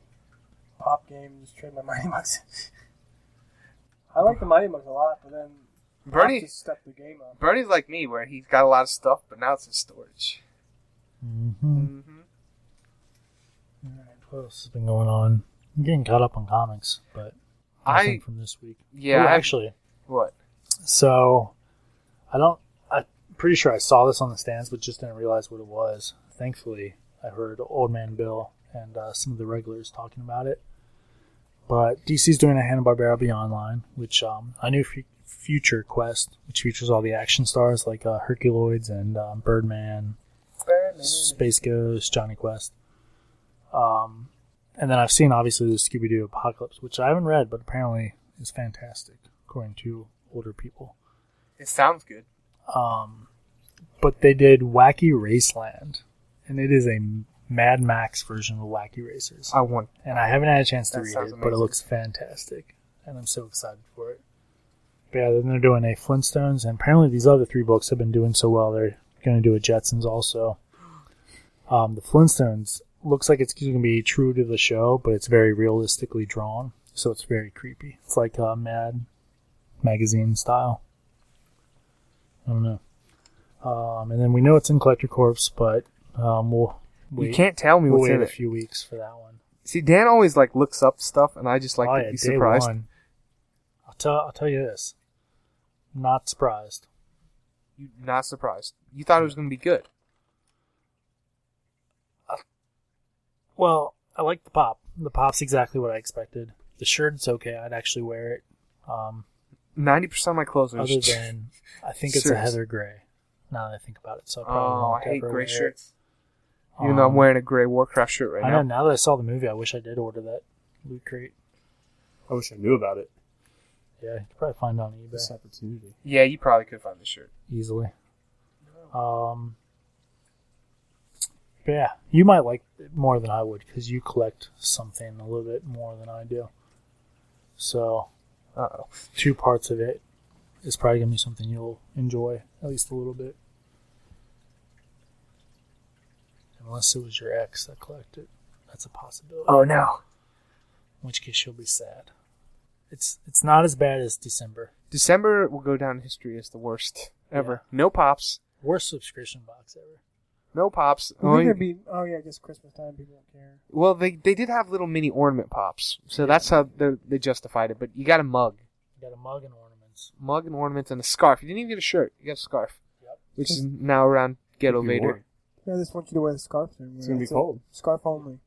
S11: pop game and just trade my Mighty Bucks. I like the Mighty Bucks a lot, but then Pop
S6: Bernie,
S11: just stepped the game up.
S6: Bernie's like me, where he's got a lot of stuff, but now it's in storage.
S10: Mm-hmm.
S6: Mm-hmm.
S10: What else has been going on? I'm getting caught up on comics, but
S6: I-
S10: nothing from this week.
S6: Yeah,
S10: Oh,
S6: I-
S10: actually,
S6: What?
S10: So, I don't. I'm pretty sure I saw this on the stands, but just didn't realize what it was. Thankfully, I heard Old Man Bill and uh, some of the regulars talking about it. But DC's doing a Hanna Barbera Beyond line, which um, I knew Fu- Future Quest, which features all the action stars like uh, Herculoids and um, Birdman, Space Ghost, Johnny Quest. Um, and then I've seen obviously the Scooby Doo Apocalypse, which I haven't read, but apparently is fantastic according to older people.
S6: It sounds good.
S10: Um, but they did Wacky Raceland, and it is a Mad Max version of Wacky Racers.
S6: I want.
S10: And I haven't had a chance to
S6: That
S10: read it,
S6: sounds
S10: but it
S6: amazing.
S10: looks fantastic, and I'm so excited for it. But yeah, then they're doing a Flintstones, and apparently these other three books have been doing so well, they're going to do a Jetsons also. Um, the Flintstones looks like it's going to be true to the show, but it's very realistically drawn, so it's very creepy. It's like uh, Mad magazine style. I don't know. Um, and then we know it's in Collector Corpse, but um, we'll wait.
S6: You can't tell me
S10: we'll
S6: what's
S10: wait
S6: in
S10: a
S6: it.
S10: few weeks for that one.
S6: See, Dan always like looks up stuff, and I just like
S10: Oh,
S6: to
S10: yeah,
S6: be
S10: day
S6: surprised.
S10: one. I'll tell I'll tell you this. Not surprised.
S6: You not surprised? You thought it was going to be good.
S10: Well, I like the pop. The pop's exactly what I expected. The shirt's okay. I'd actually wear it. Um,
S6: Ninety percent of my clothes are.
S10: other
S6: just-
S10: than I think it's a
S6: Serious.
S10: Heather Gray. Now that I think about it, so I probably
S6: oh,
S10: won't
S6: I hate
S10: ever
S6: gray
S10: wear it.
S6: shirts. Even though I'm
S10: Um,
S6: wearing a gray Warcraft shirt right
S10: I
S6: now.
S10: know. Now that I saw the movie, I wish I did order that loot crate.
S12: I wish I knew about it.
S10: Yeah, you could probably find it on eBay
S12: This opportunity.
S6: Yeah, you probably could find the shirt.
S10: easily. Um, but yeah, you might like it more than I would because you collect something a little bit more than I do. So,
S6: Uh oh.
S10: two parts of it is probably gonna be something you'll enjoy at least a little bit. Unless it was your ex that collected, that's a possibility.
S6: Oh no.
S10: In which case, you'll be sad. It's it's not as bad as December.
S6: December will go down in history as the worst ever. No pops.
S10: Worst subscription box ever.
S6: No pops.
S11: I think
S6: Only-
S11: it'd be, oh yeah, I guess Christmas time people don't care.
S6: well, they they did have little mini ornament pops, so that's how they they justified it. But you got a mug,
S10: You got a mug and ornaments.
S6: mug and ornaments, and a scarf. You didn't even get a shirt. You got a scarf,
S10: Yep.
S6: which is now around ghetto
S12: It'd be warm.
S6: Vader.
S11: Yeah, I just want you to wear the scarf.
S12: It's gonna be cold.
S11: Scarf only.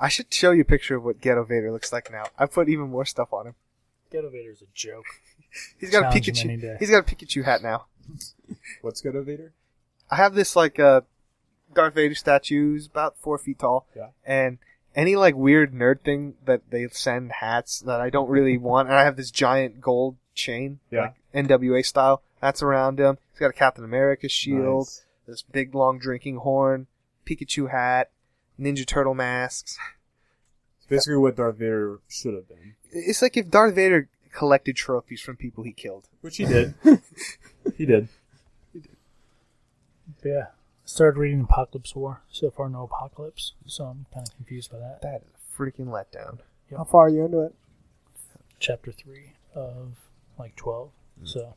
S6: I should show you a picture of what ghetto Vader looks like now. I put even more stuff on him.
S10: Ghetto Vader's a joke.
S6: He's got
S10: Challenge
S6: a
S10: him any day.
S6: Pikachu. He's got a Pikachu hat now.
S12: What's good, Vader?
S6: I have this like uh, Darth Vader statue, he's about four feet tall,
S12: Yeah.
S6: and any like weird nerd thing that they send hats that I don't really want, and I have this giant gold chain,
S12: Yeah.
S6: like NWA style, that's around him. He's got a Captain America shield,
S12: Nice.
S6: this big long drinking horn, Pikachu hat, Ninja Turtle masks.
S12: It's basically what Darth Vader should have been,
S6: It's like if Darth Vader collected trophies from people he killed.
S12: which he did. he did.
S10: But yeah, I started reading Apocalypse War. So far, no apocalypse. So I'm kind of confused by that.
S6: That is a freaking letdown.
S11: How far are you into it?
S10: Chapter three of like twelve. So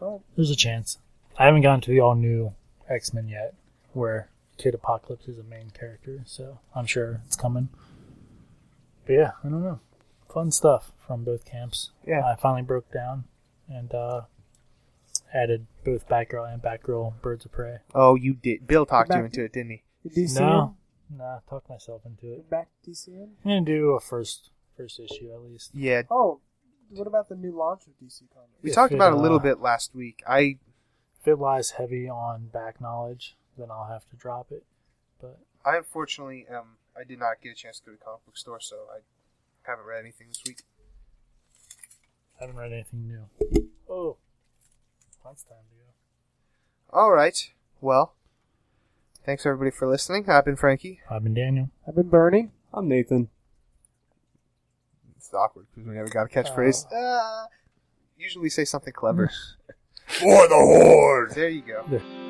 S11: Oh,
S10: there's a chance. I haven't gotten to the all new X Men yet, where Kid Apocalypse is a main character. So I'm sure it's coming. But yeah, I don't know. Fun stuff from both camps.
S6: Yeah.
S10: I finally broke down and uh, added both Batgirl and Batgirl Birds of Prey.
S6: Oh, you did. Bill talked you
S11: Back-
S6: into it, didn't he?
S11: you DC
S10: No, nah, talked myself into
S11: him?
S10: it.
S11: You Back to DC him?
S10: I'm gonna do a first first issue at least.
S6: Yeah,
S11: Oh, what about the new launch of DC Comics?
S6: We
S10: If
S6: talked
S10: it,
S6: about it a little
S10: uh,
S6: bit last week. I
S10: If it lies heavy on back knowledge, then I'll have to drop it. But
S6: I unfortunately um I did not get a chance to go to comic book store, so I haven't read anything this week.
S10: I haven't read anything new. Oh, that's time to go.
S6: All right. Well, thanks everybody for listening. I've been Frankie.
S10: I've been Daniel.
S11: I've been Bernie.
S12: I'm Nathan.
S6: It's awkward because we never got a catchphrase. Uh, usually say something clever.
S12: For the Horde!
S6: There you go.